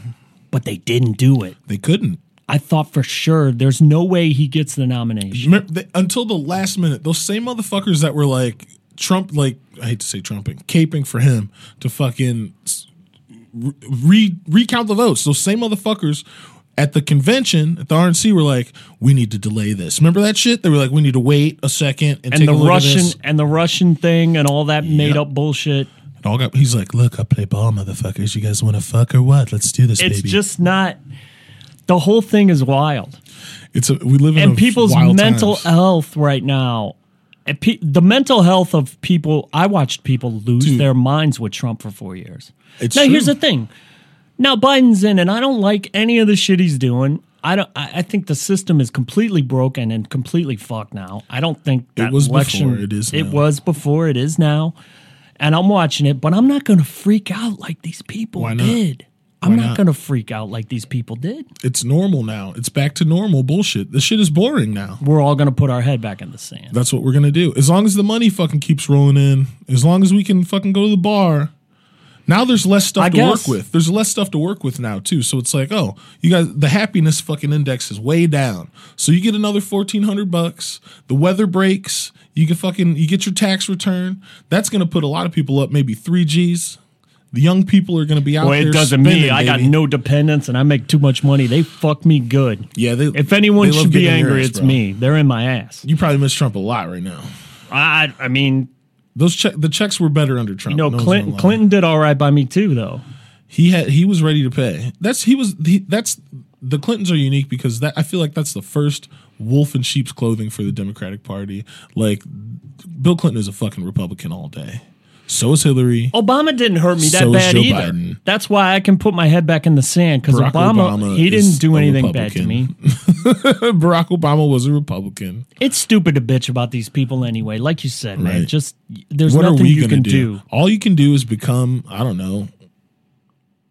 Speaker 1: But they didn't do it.
Speaker 2: They couldn't.
Speaker 1: I thought for sure there's no way he gets the nomination.
Speaker 2: Remember, they, until the last minute, those same motherfuckers that were like Trump, like I hate to say trumping, caping for him to fucking s- re- recount the votes. Those same motherfuckers at the convention at the RNC were like, "We need to delay this." Remember that shit? They were like, "We need to wait a second and,
Speaker 1: And
Speaker 2: take
Speaker 1: the
Speaker 2: a look at
Speaker 1: Russian
Speaker 2: this."
Speaker 1: and the Russian thing and all that made
Speaker 2: Yep.
Speaker 1: up bullshit.
Speaker 2: It all got. He's like, "Look, I play ball, motherfuckers. You guys want to fuck or what? Let's do this,
Speaker 1: It's
Speaker 2: baby."
Speaker 1: just not the whole thing is wild.
Speaker 2: it's a, we live in a
Speaker 1: and people's
Speaker 2: wild
Speaker 1: mental
Speaker 2: times.
Speaker 1: health right now. and Pe- the mental health of people. I watched people lose
Speaker 2: Dude.
Speaker 1: their minds with Trump for four years.
Speaker 2: It's
Speaker 1: now here's
Speaker 2: true.
Speaker 1: the thing. Now Biden's in, and I don't like any of the shit he's doing. I don't. I, I think the system is completely broken and completely fucked now. I don't think that
Speaker 2: was
Speaker 1: election.
Speaker 2: before, it is
Speaker 1: It
Speaker 2: now.
Speaker 1: was before. It is now. And I'm watching it, but I'm not going to freak out like these people
Speaker 2: Why not?
Speaker 1: did. I'm
Speaker 2: Why
Speaker 1: not,
Speaker 2: not?
Speaker 1: going to freak out like these people did.
Speaker 2: It's normal now. It's back to normal bullshit. This shit is boring now.
Speaker 1: We're all going to put our head back in the sand.
Speaker 2: That's what we're gonna do. As long as the money fucking keeps rolling in, as long as we can fucking go to the bar Now there's less stuff
Speaker 1: I
Speaker 2: to
Speaker 1: guess.
Speaker 2: work with. There's less stuff to work with now too. So it's like, oh, you guys, the happiness fucking index is way down. So you get another fourteen hundred bucks. The weather breaks. You get fucking. You get your tax return. That's gonna put a lot of people up. Maybe three G's. The young people are gonna be out
Speaker 1: Well,
Speaker 2: there.
Speaker 1: it doesn't me.
Speaker 2: spending,
Speaker 1: I got
Speaker 2: baby.
Speaker 1: no dependents and I make too much money. They fuck me good.
Speaker 2: Yeah, they,
Speaker 1: If anyone
Speaker 2: they love
Speaker 1: should be
Speaker 2: getting in your
Speaker 1: angry,
Speaker 2: ass,
Speaker 1: it's
Speaker 2: bro.
Speaker 1: me. They're in my ass.
Speaker 2: You probably miss Trump a lot right now.
Speaker 1: I, I mean,
Speaker 2: Those che- the checks were better under Trump.
Speaker 1: you know,
Speaker 2: No one's
Speaker 1: Clinton,
Speaker 2: gonna lie.
Speaker 1: Clinton did all right by me too, though.
Speaker 2: he had he was ready to pay. That's he was he, that's the Clintons are unique because that I feel like that's the first wolf in sheep's clothing for the Democratic Party. Like Bill Clinton is a fucking Republican all day. So is Hillary.
Speaker 1: Obama didn't hurt me that
Speaker 2: So is
Speaker 1: bad
Speaker 2: Joe
Speaker 1: either.
Speaker 2: Biden.
Speaker 1: That's why I can put my head back in the sand because
Speaker 2: Barack
Speaker 1: Obama,
Speaker 2: Obama
Speaker 1: he
Speaker 2: is
Speaker 1: didn't do
Speaker 2: a
Speaker 1: anything bad to me.
Speaker 2: Republican. Barack Obama was a Republican.
Speaker 1: It's stupid to bitch about these people anyway. Like you said, man,
Speaker 2: Right.
Speaker 1: just there's
Speaker 2: what are
Speaker 1: nothing
Speaker 2: we
Speaker 1: you
Speaker 2: going to
Speaker 1: can
Speaker 2: do?
Speaker 1: do.
Speaker 2: All you can do is become I don't know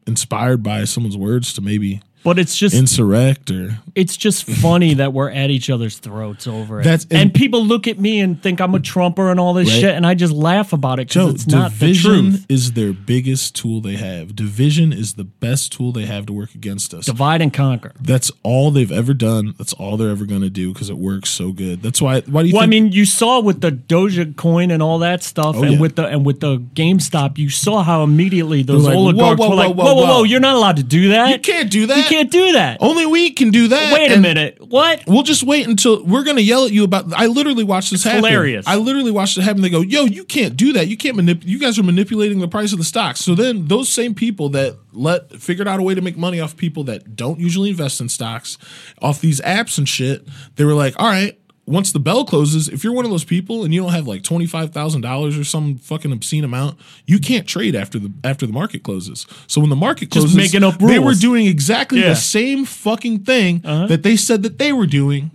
Speaker 2: inspired by someone's words to maybe
Speaker 1: But it's just
Speaker 2: insurrect or
Speaker 1: it's just funny that we're at each other's throats over it.
Speaker 2: That's-
Speaker 1: and,
Speaker 2: and-
Speaker 1: people look at me and think I'm a trumper and all this
Speaker 2: Right.
Speaker 1: shit, and I just laugh about it because
Speaker 2: Joe,
Speaker 1: it's not the
Speaker 2: division
Speaker 1: truth.
Speaker 2: is their biggest tool they have. Division is the best tool they have to work against us.
Speaker 1: Divide and conquer.
Speaker 2: That's all they've ever done. That's all they're ever going to do because it works so good. That's why. Why do you
Speaker 1: Well, I
Speaker 2: think?
Speaker 1: mean, you saw with the Doja coin and all that stuff, and
Speaker 2: Oh, yeah.
Speaker 1: with the and with the GameStop, you saw how immediately those
Speaker 2: like, whoa,
Speaker 1: oligarchs
Speaker 2: whoa,
Speaker 1: were like,
Speaker 2: whoa,
Speaker 1: "Whoa,
Speaker 2: whoa,
Speaker 1: whoa, whoa,
Speaker 2: whoa.
Speaker 1: You're not allowed to do that.
Speaker 2: you can't do that.
Speaker 1: You can't do that.
Speaker 2: Only we can do that.
Speaker 1: Wait a
Speaker 2: And
Speaker 1: minute. What?
Speaker 2: We'll just wait until we're going to yell at you about. I literally watched this happen.
Speaker 1: hilarious.
Speaker 2: I literally watched it happen. They go, "Yo, you can't do that. You can't manip. You guys are manipulating the price of the stock." So then, those same people that let figured out a way to make money off people that don't usually invest in stocks, off these apps and shit, they were like, "All right." Once the bell closes, if you're one of those people and you don't have like twenty five thousand dollars or some fucking obscene amount, you can't trade after the after the market closes. So when the market
Speaker 1: Just
Speaker 2: closes,
Speaker 1: making up
Speaker 2: they were
Speaker 1: rules.
Speaker 2: doing exactly
Speaker 1: Yeah. Uh-huh.
Speaker 2: the same fucking thing that they said that they were doing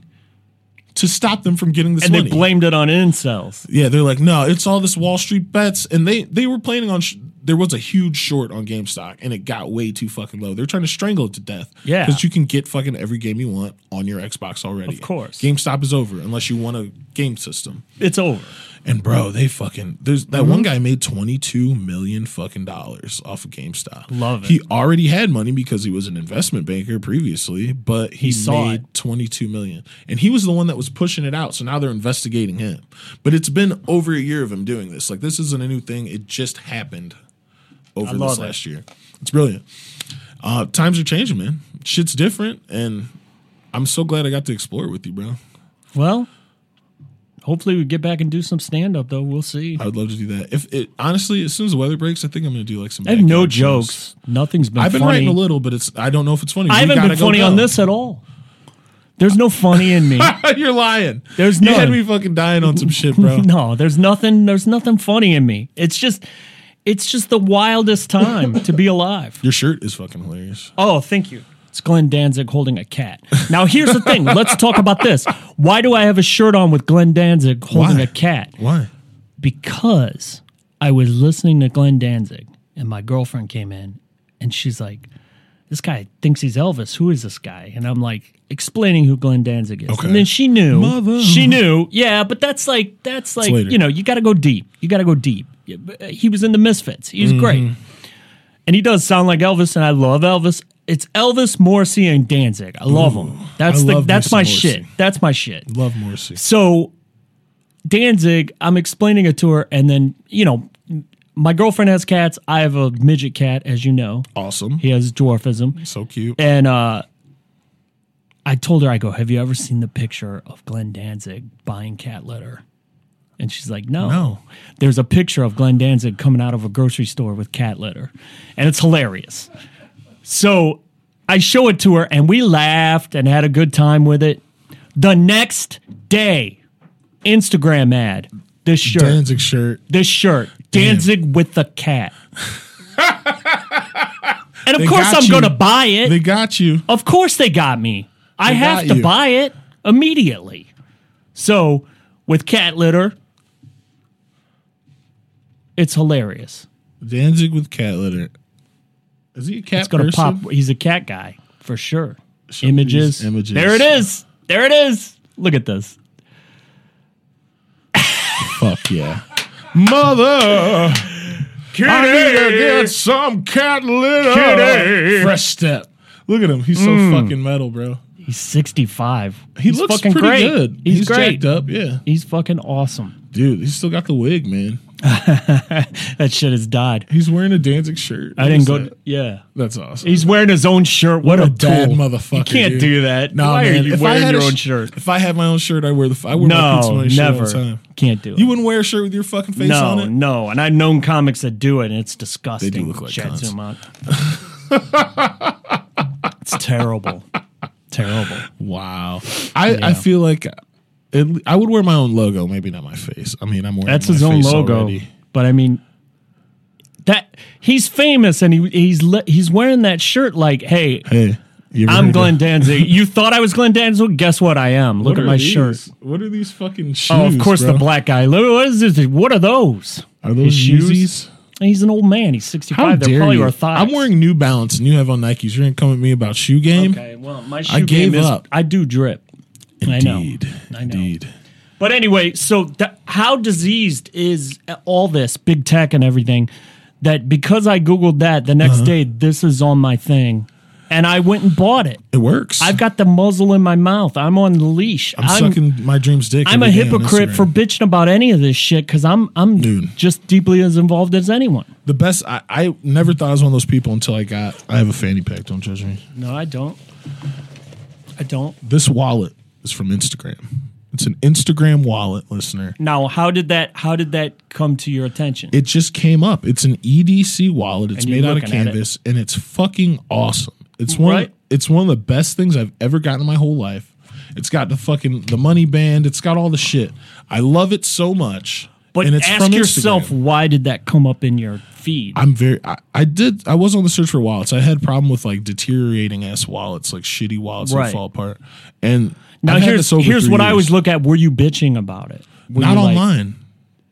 Speaker 2: to stop them from getting this
Speaker 1: And
Speaker 2: money.
Speaker 1: they blamed it on incels.
Speaker 2: Yeah, they're like, no, it's all this Wall Street bets, and they they were planning on. Sh- there was a huge short on GameStop, and it got way too fucking low. They're trying to strangle it to death.
Speaker 1: Yeah.
Speaker 2: because you can get fucking every game you want on your Xbox already.
Speaker 1: Of course.
Speaker 2: GameStop is over unless you want a game system.
Speaker 1: It's over.
Speaker 2: And bro, they fucking there's that
Speaker 1: Mm-hmm.
Speaker 2: one guy made twenty two million fucking dollars off of GameStop.
Speaker 1: Love it.
Speaker 2: He already had money because he was an investment banker previously, but he,
Speaker 1: saw
Speaker 2: made twenty two million, and he was the one that was pushing it out. So now they're investigating him. But it's been over a year of him doing this. Like this isn't a new thing. It just happened over
Speaker 1: love
Speaker 2: this
Speaker 1: it.
Speaker 2: last year. It's brilliant. Uh, times are changing, man. Shit's different, and I'm so glad I got to explore it with you, bro.
Speaker 1: Well, hopefully we get back and do some stand up though. We'll see.
Speaker 2: I would love to do that. If it honestly, as soon as the weather breaks, I think I'm going to do like some.
Speaker 1: I have no
Speaker 2: backyard shows.
Speaker 1: jokes. Nothing's been
Speaker 2: I've been
Speaker 1: funny.
Speaker 2: writing a little, but it's I don't know if it's funny.
Speaker 1: I
Speaker 2: We
Speaker 1: haven't
Speaker 2: gotta
Speaker 1: been
Speaker 2: go
Speaker 1: funny on
Speaker 2: go.
Speaker 1: this at all. There's no funny in me.
Speaker 2: You're lying.
Speaker 1: There's
Speaker 2: you
Speaker 1: none.
Speaker 2: had me fucking dying on some shit, bro.
Speaker 1: no, there's nothing there's nothing funny in me. It's just it's just the wildest time to be alive.
Speaker 2: Your shirt is fucking hilarious.
Speaker 1: Oh, thank you. It's Glenn Danzig holding a cat. Now here's the thing. Let's talk about this. Why do I have a shirt on with Glenn Danzig holding
Speaker 2: Why?
Speaker 1: a cat?
Speaker 2: Why?
Speaker 1: because I was listening to Glenn Danzig and my girlfriend came in and she's like, This guy thinks he's Elvis. Who is this guy? And I'm like, explaining who Glenn Danzig is.
Speaker 2: Okay.
Speaker 1: And then she knew.
Speaker 2: Mother.
Speaker 1: She knew. Yeah, but that's like, that's like,
Speaker 2: later.
Speaker 1: you know, you got to go deep. You got to go deep. Yeah, but, uh, He was in the Misfits. He's
Speaker 2: Mm-hmm.
Speaker 1: great. And he does sound like Elvis, and I love Elvis. It's Elvis, Morrissey, and Danzig. I love them. That's
Speaker 2: I
Speaker 1: the,
Speaker 2: love me
Speaker 1: that's
Speaker 2: some
Speaker 1: my
Speaker 2: Morrissey.
Speaker 1: shit. That's my shit.
Speaker 2: Love Morrissey.
Speaker 1: So Danzig, I'm explaining it to her, and then you know, my girlfriend has cats. I have a midget cat, as you know.
Speaker 2: Awesome.
Speaker 1: He has dwarfism,
Speaker 2: So cute.
Speaker 1: and uh, I told her, I go, "Have you ever seen the picture of Glenn Danzig buying cat litter?" And she's like, "No."
Speaker 2: No.
Speaker 1: There's a picture of Glenn Danzig coming out of a grocery store with cat litter, and it's hilarious. So I show it to her, and we laughed and had a good time with it. The next day, Instagram ad. This shirt.
Speaker 2: Danzig shirt.
Speaker 1: this shirt. Danzig with the cat. and of
Speaker 2: They
Speaker 1: course,
Speaker 2: got
Speaker 1: I'm
Speaker 2: you.
Speaker 1: going to buy it.
Speaker 2: They got you.
Speaker 1: of course, they got me. I
Speaker 2: They
Speaker 1: have
Speaker 2: got
Speaker 1: to
Speaker 2: you.
Speaker 1: buy it immediately. So with cat litter, it's hilarious.
Speaker 2: Danzig with cat litter. Is he a cat
Speaker 1: It's gonna
Speaker 2: person?
Speaker 1: pop. He's a cat guy for sure. Images,
Speaker 2: these images.
Speaker 1: There it is. There it is. Look at this.
Speaker 2: Fuck yeah. Mother.
Speaker 1: Ah,
Speaker 2: I need to get some cat litter.
Speaker 1: Kitty.
Speaker 2: Fresh step. Look at him. He's so fucking metal, bro.
Speaker 1: He's 65.
Speaker 2: He looks pretty
Speaker 1: great.
Speaker 2: good.
Speaker 1: He's, great.
Speaker 2: jacked up. Yeah,
Speaker 1: He's fucking awesome.
Speaker 2: dude. He's still got the wig, man.
Speaker 1: That shit has died.
Speaker 2: He's wearing a Danzig shirt.
Speaker 1: I didn't
Speaker 2: What's
Speaker 1: go.
Speaker 2: that?
Speaker 1: Yeah.
Speaker 2: That's awesome.
Speaker 1: He's wearing his own shirt. What,
Speaker 2: a
Speaker 1: a, tool.
Speaker 2: bad motherfucker.
Speaker 1: You can't
Speaker 2: dude.
Speaker 1: do that.
Speaker 2: Nah,
Speaker 1: Why
Speaker 2: man.
Speaker 1: are you
Speaker 2: If I
Speaker 1: wearing
Speaker 2: had
Speaker 1: your
Speaker 2: a
Speaker 1: own
Speaker 2: sh-
Speaker 1: shirt?
Speaker 2: If I had my own shirt, I wear the. f- I wear my Pizza
Speaker 1: No,
Speaker 2: Money shirt all the
Speaker 1: never.
Speaker 2: time.
Speaker 1: Can't do it.
Speaker 2: You wouldn't wear a shirt with your fucking face on
Speaker 1: no,
Speaker 2: it.
Speaker 1: no. And I've known comics that do it, and it's disgusting.
Speaker 2: look like
Speaker 1: Chad
Speaker 2: cons.
Speaker 1: Zumach. it's terrible. Terrible.
Speaker 2: Wow. I, I feel like it, I would wear my own logo, maybe not my face. I mean, I'm wearing
Speaker 1: That's
Speaker 2: my
Speaker 1: his own
Speaker 2: face
Speaker 1: logo.
Speaker 2: already.
Speaker 1: But I mean, that he's famous, and he he's le- he's wearing that shirt. Like, hey,
Speaker 2: Hey, you ever heard
Speaker 1: I'm
Speaker 2: of-
Speaker 1: Glenn Danzig. you thought I was Glenn Danzig? Guess what? I am. Look
Speaker 2: What
Speaker 1: at
Speaker 2: are
Speaker 1: my
Speaker 2: these?
Speaker 1: shirt.
Speaker 2: What are these fucking shoes?
Speaker 1: Oh, of course,
Speaker 2: bro?
Speaker 1: the black guy. Look, What is this? What are those?
Speaker 2: Are those Yeezys?
Speaker 1: He's an old man. He's 65.
Speaker 2: How
Speaker 1: They're
Speaker 2: dare
Speaker 1: probably
Speaker 2: you?
Speaker 1: our thighs.
Speaker 2: I'm wearing New Balance, and you have on Nikes. You're gonna come at me about shoe game?
Speaker 1: Okay, well, my shoe
Speaker 2: I gave
Speaker 1: game is-
Speaker 2: up.
Speaker 1: I do drip.
Speaker 2: Indeed,
Speaker 1: I know.
Speaker 2: indeed.
Speaker 1: But anyway, so th- how diseased is all this big tech and everything that because I googled that the
Speaker 2: Uh-huh.
Speaker 1: next day this is on my thing and I went and bought it.
Speaker 2: It works.
Speaker 1: I've
Speaker 2: i
Speaker 1: got the muzzle in my mouth. I'm on the leash.
Speaker 2: am sucking my dream's dick.
Speaker 1: I'm a
Speaker 2: every day on
Speaker 1: hypocrite
Speaker 2: Instagram.
Speaker 1: for bitching about any of this shit because I'm I'm
Speaker 2: Dude.
Speaker 1: just deeply as involved as anyone.
Speaker 2: the best. I, I never thought I was one of those people until I got. I have a fanny pack. Don't judge me.
Speaker 1: No, I don't. I don't.
Speaker 2: This wallet is from Instagram. It's an Instagram wallet, listener.
Speaker 1: Now, how did that how did that come to your attention?
Speaker 2: It just came up. It's an EDC wallet. It's
Speaker 1: And you're
Speaker 2: made out of
Speaker 1: looking at it.
Speaker 2: canvas, and it's fucking awesome. It's one.
Speaker 1: Right.
Speaker 2: It's one of the best things I've ever gotten in my whole life. It's got the fucking the money band. It's got all the shit. I love it so much.
Speaker 1: But
Speaker 2: and it's
Speaker 1: ask
Speaker 2: from
Speaker 1: yourself,
Speaker 2: Instagram.
Speaker 1: why did that come up in your feed?
Speaker 2: I'm very. I, I did. I was on the search for wallets. I had problem with like deteriorating ass wallets, like shitty wallets
Speaker 1: Right.
Speaker 2: that fall apart. And
Speaker 1: now
Speaker 2: I've had
Speaker 1: here's
Speaker 2: this over
Speaker 1: here's
Speaker 2: three
Speaker 1: what I always
Speaker 2: years.
Speaker 1: look at: Were you bitching about it? Were
Speaker 2: not
Speaker 1: you, like,
Speaker 2: online.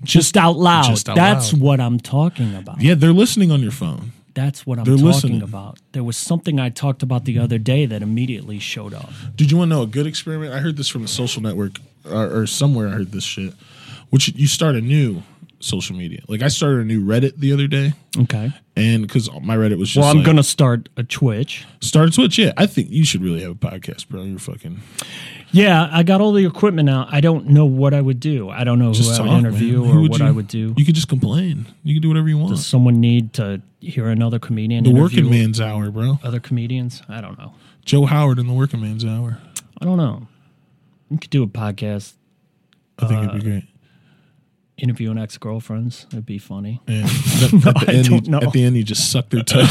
Speaker 1: just out loud.
Speaker 2: just out
Speaker 1: That's
Speaker 2: loud.
Speaker 1: what I'm talking about.
Speaker 2: Yeah, they're listening on your phone.
Speaker 1: That's what I'm
Speaker 2: They're
Speaker 1: talking
Speaker 2: listening.
Speaker 1: about. There was something I talked about the other day that immediately showed up.
Speaker 2: Did you want to know a good experiment? I heard this from a social network or, or somewhere. I heard this shit. Which you start a new social media. Like I started a new Reddit the other day,
Speaker 1: Okay.
Speaker 2: and because my Reddit was just
Speaker 1: Well, I'm
Speaker 2: like,
Speaker 1: gonna start a Twitch.
Speaker 2: start a Twitch. Yeah, I think you should really have a podcast, bro. You're fucking
Speaker 1: Yeah, I got all the equipment now. I don't know what I would do. I don't know
Speaker 2: just
Speaker 1: who I
Speaker 2: talk,
Speaker 1: would interview
Speaker 2: man.
Speaker 1: or
Speaker 2: Who
Speaker 1: what
Speaker 2: you,
Speaker 1: I would do.
Speaker 2: You could just complain. You could do whatever you want.
Speaker 1: Does someone need to hear another comedian?
Speaker 2: the
Speaker 1: interview
Speaker 2: working man's hour, bro.
Speaker 1: Other comedians? I don't know.
Speaker 2: Joe Howard in the working man's hour.
Speaker 1: I don't know. You could do a podcast,
Speaker 2: I think it'd
Speaker 1: Uh,
Speaker 2: be great.
Speaker 1: interviewing ex girlfriends. It'd be funny.
Speaker 2: Yeah. at, the
Speaker 1: I
Speaker 2: end,
Speaker 1: don't
Speaker 2: you,
Speaker 1: know.
Speaker 2: at the end, you just suck their toe.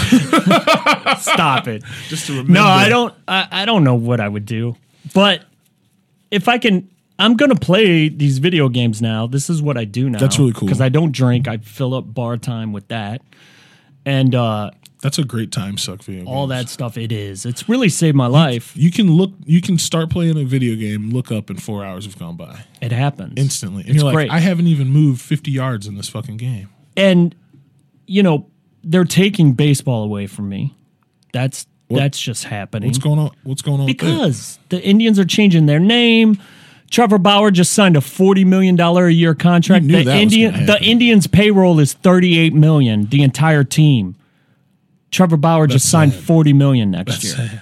Speaker 1: Stop it.
Speaker 2: just to remember.
Speaker 1: No, I don't. I, I don't know what I would do, but if I can, I'm gonna play these video games now. This is what I do now.
Speaker 2: That's really cool.
Speaker 1: because I don't drink. I fill up bar time with that, and uh,
Speaker 2: That's a great time suck video.
Speaker 1: all
Speaker 2: games.
Speaker 1: that stuff. It is. It's really saved my life.
Speaker 2: You can look. You can start playing a video game. Look up, and four hours have gone by
Speaker 1: It happens
Speaker 2: instantly. And
Speaker 1: It's
Speaker 2: you're like,
Speaker 1: great.
Speaker 2: I haven't even moved fifty yards in this fucking game.
Speaker 1: and you know they're taking baseball away from me. That's that's just happening.
Speaker 2: What's going on? What's going on? with that?
Speaker 1: Mm-hmm. Because the Indians are changing their name. Trevor Bauer just signed a forty million dollar a year contract.
Speaker 2: You knew
Speaker 1: The
Speaker 2: that was
Speaker 1: Indian
Speaker 2: gonna
Speaker 1: the
Speaker 2: happen.
Speaker 1: Indians payroll is thirty eight million. The entire team. Trevor Bauer just signed forty million next year
Speaker 2: They're gonna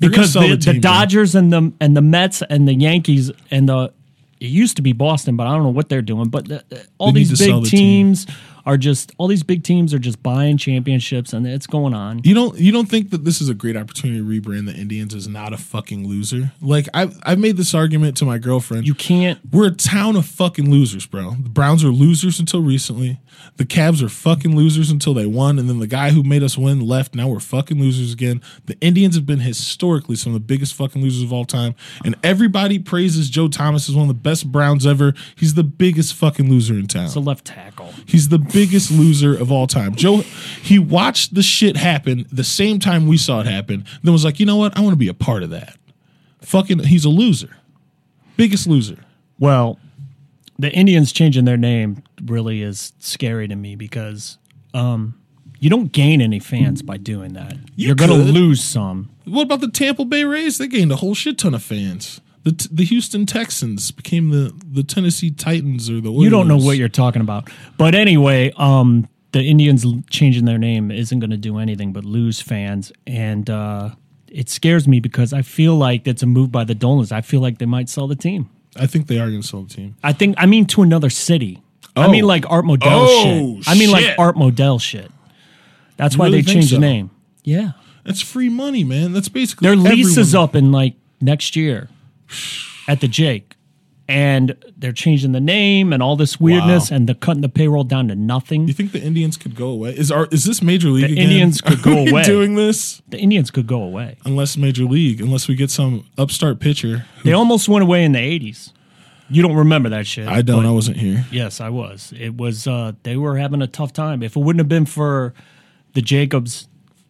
Speaker 1: because
Speaker 2: sell
Speaker 1: the, the,
Speaker 2: team, bro.
Speaker 1: Dodgers and the and the Mets and the Yankees and the it used to be Boston, but I don't know what they're doing. But the, the- all
Speaker 2: They need
Speaker 1: these
Speaker 2: to sell
Speaker 1: big
Speaker 2: the team.
Speaker 1: teams are just all these big teams are just buying championships, and it's going on.
Speaker 2: You don't. You don't think that this is a great opportunity to rebrand the Indians as not a fucking loser? Like I've I've made this argument to my girlfriend.
Speaker 1: You can't.
Speaker 2: We're a town of fucking losers, bro. The Browns are losers until recently. The Cavs are fucking losers until they won. And then the guy who made us win left. Now we're fucking losers again. The Indians have been historically some of the biggest fucking losers of all time. And everybody praises Joe Thomas as one of the best Browns ever. He's the biggest fucking loser in town.
Speaker 1: It's a left tackle.
Speaker 2: He's the biggest loser of all time. Joe, he watched the shit happen the same time we saw it happen, then was like, you know what? I want to be a part of that. Fucking, he's a loser. Biggest loser.
Speaker 1: Well, the Indians changing their name really is scary to me because um, you don't gain any fans by doing that. You are going to
Speaker 2: could.
Speaker 1: lose some.
Speaker 2: What about the Tampa Bay Rays? They gained a whole shit ton of fans. The, t- the Houston Texans became the, the Tennessee Titans or the Oilers.
Speaker 1: You don't know what you're talking about. But anyway, um, the Indians l- changing their name isn't going to do anything but lose fans, and uh, it scares me because I feel like that's a move by the Dolans. I feel like they might sell the team.
Speaker 2: I think they are going to sell the team.
Speaker 1: I think I mean to another city. I
Speaker 2: Oh.
Speaker 1: mean like Art Modell
Speaker 2: Oh,
Speaker 1: shit. I mean like
Speaker 2: shit.
Speaker 1: Art Modell shit. That's why
Speaker 2: really
Speaker 1: they
Speaker 2: think
Speaker 1: changed
Speaker 2: so?
Speaker 1: the name. Yeah,
Speaker 2: That's free money, man. That's basically
Speaker 1: their lease is
Speaker 2: everyone.
Speaker 1: up in like next year at the Jake, and they're changing the name and all this weirdness, and they're cutting the payroll down to nothing.
Speaker 2: You think the Indians could go away? Is our is this Major League? again?
Speaker 1: Indians could
Speaker 2: Are
Speaker 1: go
Speaker 2: we
Speaker 1: away.
Speaker 2: Doing this
Speaker 1: The Indians could go away.
Speaker 2: unless Major League, unless we get some upstart pitcher.
Speaker 1: They almost went away in the '80s. You don't remember that shit.
Speaker 2: I don't. I wasn't here.
Speaker 1: Yes, I was. It was uh they were having a tough time. If it wouldn't have been for the Jacobs,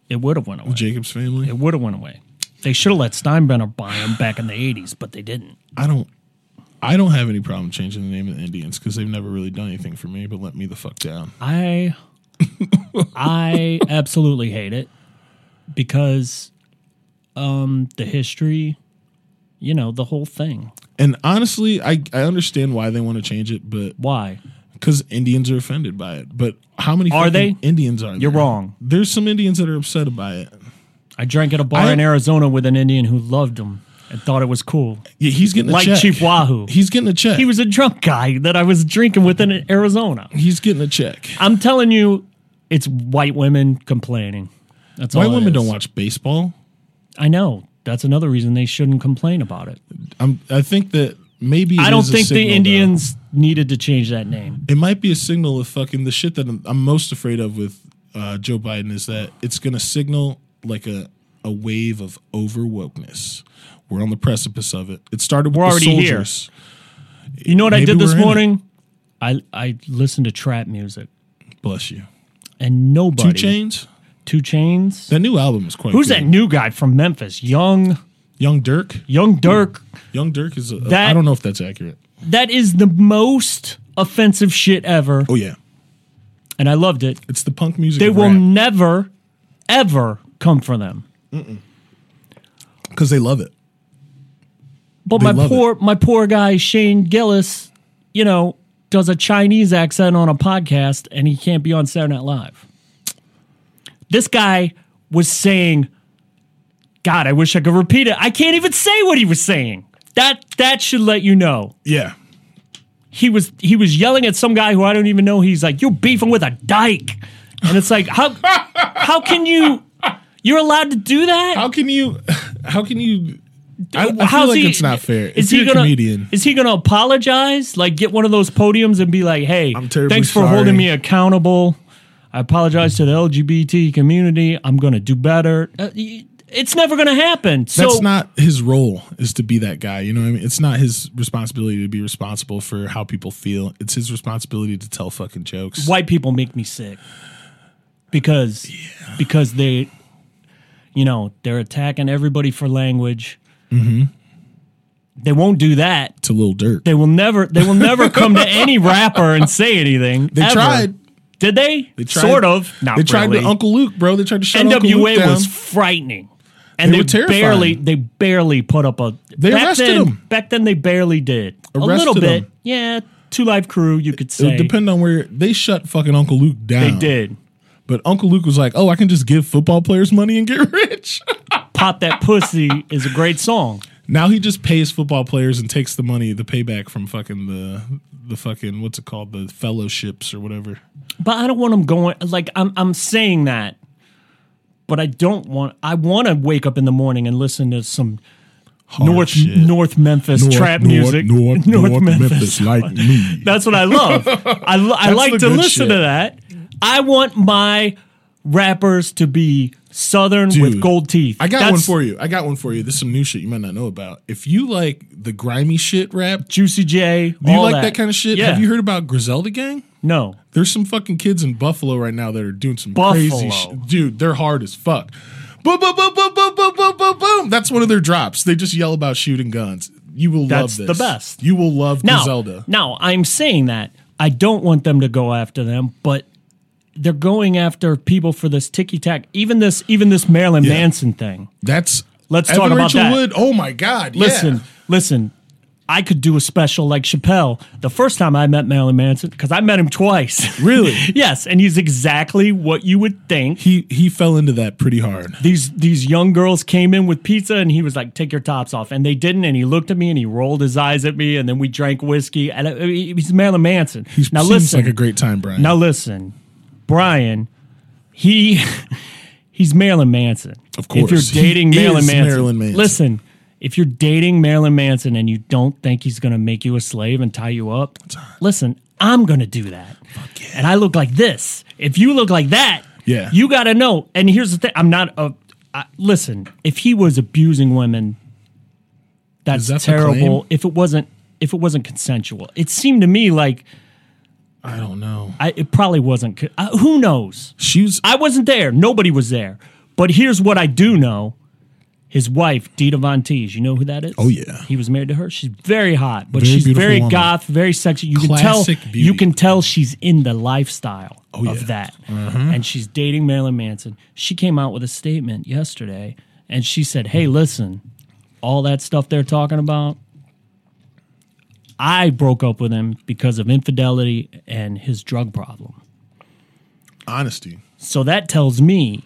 Speaker 1: it would have went away.
Speaker 2: Jacobs family.
Speaker 1: It would have went away. They should have let Steinbrenner buy them back in the '80s, but they didn't.
Speaker 2: I don't. I don't have any problem changing the name of the Indians because they've never really done anything for me. But let me the fuck down.
Speaker 1: I, I absolutely hate it because, um, the history, you know, the whole thing.
Speaker 2: And honestly, I I understand why they want to change it, but
Speaker 1: Why?
Speaker 2: because Indians are offended by it. But how many
Speaker 1: Are
Speaker 2: fucking
Speaker 1: they?
Speaker 2: Indians are?
Speaker 1: You're
Speaker 2: there?
Speaker 1: wrong.
Speaker 2: There's some Indians that are upset by it.
Speaker 1: I drank at a bar
Speaker 2: I-
Speaker 1: in Arizona with an Indian who loved him and thought it was cool,
Speaker 2: Yeah, he's getting a
Speaker 1: like
Speaker 2: check.
Speaker 1: Chief Wahoo.
Speaker 2: He's getting a check.
Speaker 1: He was a drunk guy that I was drinking with in Arizona.
Speaker 2: he's getting a check.
Speaker 1: I'm telling you, it's white women complaining. That's
Speaker 2: White
Speaker 1: all it
Speaker 2: women
Speaker 1: is.
Speaker 2: don't watch baseball.
Speaker 1: I know. That's another reason they shouldn't complain about it.
Speaker 2: I'm, I think that maybe it
Speaker 1: I don't
Speaker 2: is a
Speaker 1: think
Speaker 2: signal,
Speaker 1: the
Speaker 2: though.
Speaker 1: Indians needed to change that name.
Speaker 2: It might be a signal of fucking the shit that I'm, I'm most afraid of with uh, Joe Biden is that it's going to signal like a a wave of overwokeness. We're on the precipice of it. It started. With
Speaker 1: We're
Speaker 2: the
Speaker 1: already here.
Speaker 2: soldiers.
Speaker 1: You know what I
Speaker 2: Maybe
Speaker 1: did this
Speaker 2: we're in it.
Speaker 1: morning? I I listened to trap music
Speaker 2: Bless you.
Speaker 1: and nobody.
Speaker 2: Two Chains.
Speaker 1: Two Chains?
Speaker 2: That new album is quite.
Speaker 1: Who's
Speaker 2: good.
Speaker 1: that new guy from Memphis? Young
Speaker 2: Young Dirk.
Speaker 1: Young Dirk.
Speaker 2: Young Dirk is. A,
Speaker 1: That-
Speaker 2: I don't know if that's accurate.
Speaker 1: That is the most offensive shit ever,
Speaker 2: Oh yeah,
Speaker 1: and I loved it.
Speaker 2: it's the punk music.
Speaker 1: They
Speaker 2: of
Speaker 1: will
Speaker 2: rap,
Speaker 1: never, ever come for them.
Speaker 2: because they love it.
Speaker 1: But
Speaker 2: They
Speaker 1: my
Speaker 2: love
Speaker 1: poor my poor guy Shane Gillis, you know, does a Chinese accent on a podcast and he can't be on Saturday Night Live. This guy was saying, God, I wish I could repeat it. I can't even say what he was saying. That that should let you know.
Speaker 2: Yeah,
Speaker 1: He was he was yelling at some guy who I don't even know. He's like, You're beefing with a dyke. And it's like, how how can you you're allowed to do that?
Speaker 2: How can you? How can you? I, I feel
Speaker 1: How's
Speaker 2: like
Speaker 1: he-
Speaker 2: it's not fair.
Speaker 1: Is
Speaker 2: if
Speaker 1: he
Speaker 2: you're
Speaker 1: gonna
Speaker 2: a comedian?
Speaker 1: is he gonna apologize? Like get one of those podiums and be like, "Hey,
Speaker 2: I'm terribly
Speaker 1: thanks for
Speaker 2: sorry."
Speaker 1: holding me accountable. I apologize to the LGBT community. I'm gonna do better." Uh, y- it's never gonna happen. So
Speaker 2: That's not his role. Is to be that guy. You know what I mean? It's not his responsibility to be responsible for how people feel. It's his responsibility to tell fucking jokes.
Speaker 1: white people make me sick because because they you know they're attacking everybody for language.
Speaker 2: Mm-hmm.
Speaker 1: They won't do that.
Speaker 2: To Lil Durk.
Speaker 1: They will never. They will never come to any rapper and say anything.
Speaker 2: They
Speaker 1: ever.
Speaker 2: tried.
Speaker 1: Did they?
Speaker 2: They tried-
Speaker 1: sort of. Not
Speaker 2: They tried
Speaker 1: really.
Speaker 2: to Uncle Luke, bro. They tried to shut Uncle Luke
Speaker 1: NWA
Speaker 2: down.
Speaker 1: was frightening, and
Speaker 2: They
Speaker 1: they,
Speaker 2: were terrifying.
Speaker 1: barely. They barely put up a.
Speaker 2: They
Speaker 1: back
Speaker 2: arrested
Speaker 1: then,
Speaker 2: them.
Speaker 1: Back then, they barely did. a
Speaker 2: Arrested
Speaker 1: little bit.
Speaker 2: them.
Speaker 1: Yeah, two live crew. You could
Speaker 2: it would
Speaker 1: say
Speaker 2: depend on where they shut fucking Uncle Luke
Speaker 1: they
Speaker 2: down.
Speaker 1: did.
Speaker 2: But Uncle Luke was like, "Oh, I can just give football players money and get rich."
Speaker 1: Pop that pussy is a great song.
Speaker 2: now he just pays football players and takes the money, the payback from fucking the the fucking what's it called, the fellowships or whatever.
Speaker 1: But I don't want them going like I'm I'm saying that. But I don't want I want to wake up in the morning and listen to some North
Speaker 2: shit.
Speaker 1: North Memphis trap music.
Speaker 2: North, North, Memphis. like me.
Speaker 1: That's what I love. I, lo- I like
Speaker 2: the
Speaker 1: to
Speaker 2: good
Speaker 1: listen
Speaker 2: shit.
Speaker 1: to that. I want my rappers to be southern with
Speaker 2: Dude,
Speaker 1: gold teeth.
Speaker 2: I got
Speaker 1: That's
Speaker 2: one for you. I got one for you. This is some new shit you might not know about. If you like the grimy shit rap, do
Speaker 1: Juicy J.
Speaker 2: you
Speaker 1: all
Speaker 2: like that. kind of shit?
Speaker 1: Yeah.
Speaker 2: Have you heard about Griselda Gang?
Speaker 1: No.
Speaker 2: There's some fucking kids in Buffalo right now that are doing some crazy
Speaker 1: Buffalo.
Speaker 2: shit. Dude, they're hard as fuck. Boom, boom, boom, boom, boom, boom, boom, boom, boom. That's one of their drops. They just yell about shooting guns. You will
Speaker 1: That's
Speaker 2: love
Speaker 1: the
Speaker 2: this.
Speaker 1: best.
Speaker 2: You will love
Speaker 1: Now,
Speaker 2: Griselda.
Speaker 1: now I'm saying that I don't want them to go after them, but they're going after people for this ticky tack. Even this, even this Marilyn Manson thing.
Speaker 2: That's
Speaker 1: Let's
Speaker 2: Evan
Speaker 1: talk about
Speaker 2: Rachel
Speaker 1: that.
Speaker 2: Wood. Oh my god. yeah.
Speaker 1: Listen, listen. I could do a special like Chappelle. The first time I met Marilyn Manson, because I met him twice.
Speaker 2: Really?
Speaker 1: yes, and he's exactly what you would think.
Speaker 2: He he fell into that pretty hard.
Speaker 1: These these young girls came in with pizza, and he was like, "Take your tops off," and they didn't. And he looked at me, and he rolled his eyes at me, and then we drank whiskey. And I, I mean, he's Marilyn Manson.
Speaker 2: He
Speaker 1: now
Speaker 2: seems
Speaker 1: listen,
Speaker 2: like a great time, Brian.
Speaker 1: now listen, Brian, he he's Marilyn Manson.
Speaker 2: Of course.
Speaker 1: If you're dating
Speaker 2: He
Speaker 1: Marilyn
Speaker 2: is
Speaker 1: Manson,
Speaker 2: Marilyn Manson.
Speaker 1: listen, if you're dating Marilyn Manson and you don't think he's gonna make you a slave and tie you up, listen, I'm gonna do that. And I look like this. If you look like that,
Speaker 2: Yeah.
Speaker 1: you gotta know. And here's the thing: I'm not a. I, listen, if he was abusing women, that's
Speaker 2: that the claim?
Speaker 1: terrible. If it wasn't, if it wasn't consensual, it seemed to me like
Speaker 2: I don't know.
Speaker 1: I, it probably wasn't. co- I, who knows?
Speaker 2: She was
Speaker 1: I wasn't there. Nobody was there. But here's what I do know: his wife, Dita Von Teese. You know who that is?
Speaker 2: Oh, yeah.
Speaker 1: He was married to her. She's very hot, but
Speaker 2: Very
Speaker 1: she's
Speaker 2: beautiful
Speaker 1: very
Speaker 2: woman.
Speaker 1: goth, very sexy. You
Speaker 2: Classic
Speaker 1: can tell.
Speaker 2: beauty. Oh,
Speaker 1: You can tell she's in the lifestyle
Speaker 2: yeah. Uh-huh.
Speaker 1: of that, and she's dating Marilyn Manson. She came out with a statement yesterday, and she said, "Hey, listen, all that stuff they're talking about." I broke up with him because of infidelity and his drug problem.
Speaker 2: honesty.
Speaker 1: So that tells me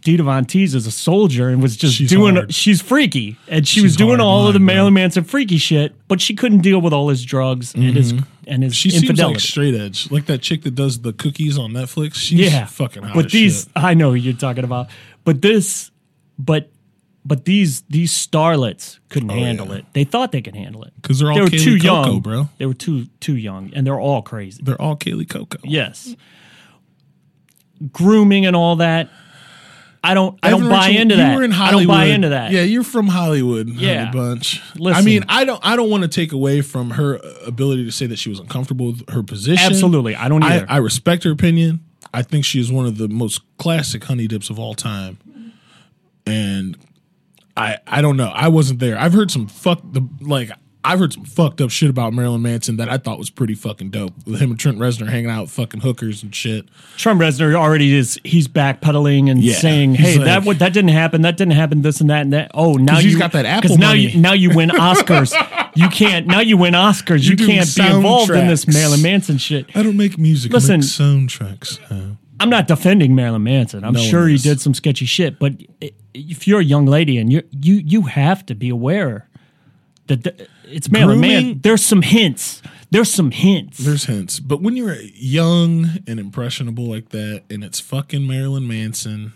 Speaker 1: Dita Von Teese is a soldier and was just
Speaker 2: She's
Speaker 1: doing,
Speaker 2: hard.
Speaker 1: she's freaky. And she was
Speaker 2: She's
Speaker 1: doing
Speaker 2: hard
Speaker 1: all of the
Speaker 2: line, bro.
Speaker 1: Marilyn Manson freaky shit, but she couldn't deal with all his drugs and his and his
Speaker 2: Mm-hmm. She seems
Speaker 1: infidelity.
Speaker 2: like straight edge, like that chick that does the cookies on Netflix. She's
Speaker 1: yeah.
Speaker 2: fucking hot.
Speaker 1: But
Speaker 2: as
Speaker 1: these,
Speaker 2: shit.
Speaker 1: I know who you're talking about. But this, but. But these these starlets couldn't handle
Speaker 2: Oh, yeah.
Speaker 1: it. They thought they could handle it
Speaker 2: 'Cause they're all
Speaker 1: they were
Speaker 2: Kaylee
Speaker 1: too
Speaker 2: Cuoco,
Speaker 1: young,
Speaker 2: bro.
Speaker 1: They were too too young, and they're all crazy.
Speaker 2: they're all Kaylee Coco.
Speaker 1: Yes. Grooming and all that. I don't I don't
Speaker 2: Evan
Speaker 1: buy
Speaker 2: Rachel,
Speaker 1: into
Speaker 2: you
Speaker 1: that.
Speaker 2: were in
Speaker 1: I don't buy
Speaker 2: Hollywood.
Speaker 1: into that.
Speaker 2: Yeah, you're from Hollywood. Yeah,
Speaker 1: Yeah.
Speaker 2: bunch. I
Speaker 1: Listen.
Speaker 2: mean, I don't. I don't want to take away from her ability to say that she was uncomfortable with her position.
Speaker 1: Absolutely. I don't
Speaker 2: I,
Speaker 1: either.
Speaker 2: I respect her opinion. I think she is one of the most classic honey dips of all time. And I I don't know. I wasn't there. I've heard some fuck the like I've heard some fucked up shit about Marilyn Manson that I thought was pretty fucking dope. With him and Trent Reznor hanging out with fucking hookers and shit.
Speaker 1: Trump Reznor already is he's backpedaling and
Speaker 2: Yeah.
Speaker 1: saying,
Speaker 2: He's
Speaker 1: "Hey, that
Speaker 2: like-
Speaker 1: what that didn't happen. That didn't happen. This and that and that. Oh, now
Speaker 2: 'Cause
Speaker 1: you
Speaker 2: he's got that Apple
Speaker 1: 'cause now
Speaker 2: money.
Speaker 1: you now you win Oscars. you can't now you win Oscars. You
Speaker 2: do
Speaker 1: can't be involved in this
Speaker 2: soundtracks.
Speaker 1: Marilyn Manson shit.
Speaker 2: I don't make music. I
Speaker 1: Listen.
Speaker 2: make soundtracks. Uh,
Speaker 1: I'm not defending Marilyn Manson. I'm
Speaker 2: No one
Speaker 1: sure he
Speaker 2: is.
Speaker 1: did some sketchy shit, but i- if you're a young lady and you you you have to be aware that the, it's Marilyn
Speaker 2: Grooming-
Speaker 1: Manson. There's some hints. There's some hints.
Speaker 2: there's hints, but when you're young and impressionable like that, and it's fucking Marilyn Manson.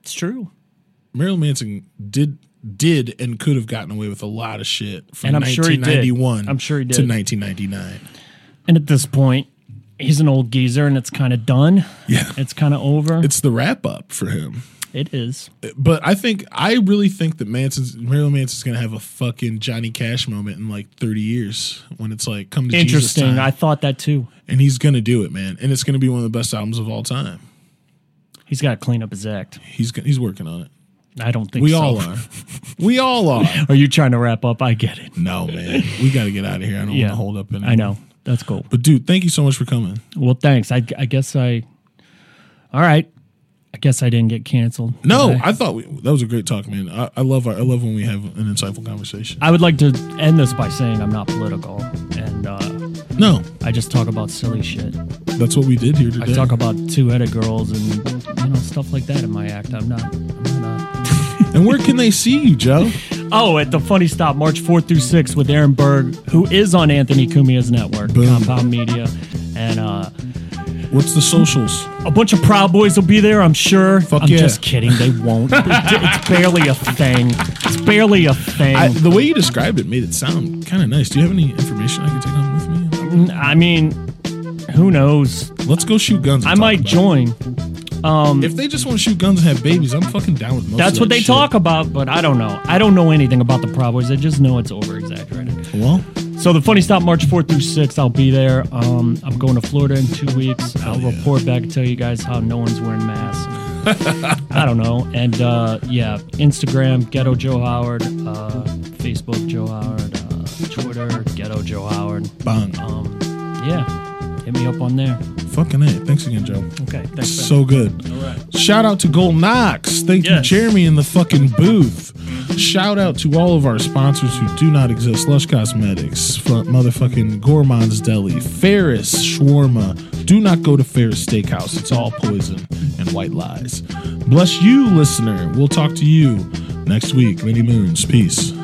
Speaker 1: it's true.
Speaker 2: Marilyn Manson did did and could have gotten away with a lot of shit from
Speaker 1: And I'm sure he did.
Speaker 2: 1991
Speaker 1: I'm sure he
Speaker 2: to
Speaker 1: did.
Speaker 2: 1999.
Speaker 1: And at this point, he's an old geezer and it's kind of done.
Speaker 2: Yeah.
Speaker 1: It's kind of over.
Speaker 2: It's the wrap up for him.
Speaker 1: it is.
Speaker 2: But I think I really think that Manson's Marilyn Manson's going to have a fucking Johnny Cash moment in like 30 years when it's like come to Jesus
Speaker 1: Interesting.
Speaker 2: time.
Speaker 1: I thought that too.
Speaker 2: and he's going to do it, man. And it's going to be one of the best albums of all time.
Speaker 1: He's got to clean up his act.
Speaker 2: He's go- he's working on it.
Speaker 1: I don't think
Speaker 2: We
Speaker 1: so.
Speaker 2: all are. we all are.
Speaker 1: Are you trying to wrap up? I get it.
Speaker 2: No, man. We got to get out of here. I don't want
Speaker 1: Yeah.
Speaker 2: to hold up anymore.
Speaker 1: I know. That's cool.
Speaker 2: But dude, thank you so much for coming.
Speaker 1: Well, thanks. I, I guess I. All right. I guess I didn't get canceled.
Speaker 2: No,
Speaker 1: Did I,
Speaker 2: I thought we, that was a great talk, man. I, I love our, I love when we have an insightful conversation.
Speaker 1: I would like to end this by saying I'm not political, and uh,
Speaker 2: No,
Speaker 1: I just talk about silly shit.
Speaker 2: that's what we did here
Speaker 1: I
Speaker 2: today.
Speaker 1: talk about two-headed girls and you know stuff like that in my act. I'm not. I'm not.
Speaker 2: and where can they see you, Joe?
Speaker 1: Oh, at the Funny Stop, March 4th through 6th with Aaron Berg, who is on Anthony Cumia's network,
Speaker 2: Boom.
Speaker 1: Compound Media, and uh,
Speaker 2: What's the socials?
Speaker 1: a bunch of Proud Boys will be there. I'm sure.
Speaker 2: Fuck
Speaker 1: I'm
Speaker 2: yeah.
Speaker 1: just kidding. They won't. it's barely a thing. It's barely a thing.
Speaker 2: I, the way you described it made it sound kind of nice. Do you have any information I can take home with me?
Speaker 1: I mean, who knows?
Speaker 2: Let's go shoot guns. and
Speaker 1: I
Speaker 2: talk
Speaker 1: might
Speaker 2: about
Speaker 1: join.
Speaker 2: it. If they just want to shoot guns and have babies, I'm fucking down with most.
Speaker 1: That's
Speaker 2: of
Speaker 1: what
Speaker 2: that
Speaker 1: they
Speaker 2: shit.
Speaker 1: talk about, but I don't know. I don't know anything about the Proud Boys. I just know it's over exaggerated.
Speaker 2: Well,
Speaker 1: So the funny stop March 4th through 6th, I'll be there. Um, I'm going to Florida in two weeks. I'll
Speaker 2: yeah.
Speaker 1: report back and tell you guys how no one's wearing masks. I don't know. And uh, yeah, Instagram, Ghetto Joe Howard, uh, Facebook, Joe Howard, uh, Twitter, Ghetto Joe Howard.
Speaker 2: bang,
Speaker 1: Um, yeah, hit me up on there.
Speaker 2: fucking it. Thanks again, Joe.
Speaker 1: Okay, thanks. man.
Speaker 2: So good. Shout out to Gold Knox. Thank you,
Speaker 1: Yes.
Speaker 2: Jeremy, in the fucking booth. Shout out to all of our sponsors who do not exist Lush Cosmetics, fu- motherfucking Gourmand's Deli, Ferris Shawarma. Do not go to Ferris Steakhouse. It's all poison and white lies. Bless you, listener. We'll talk to you next week. Many moons. Peace.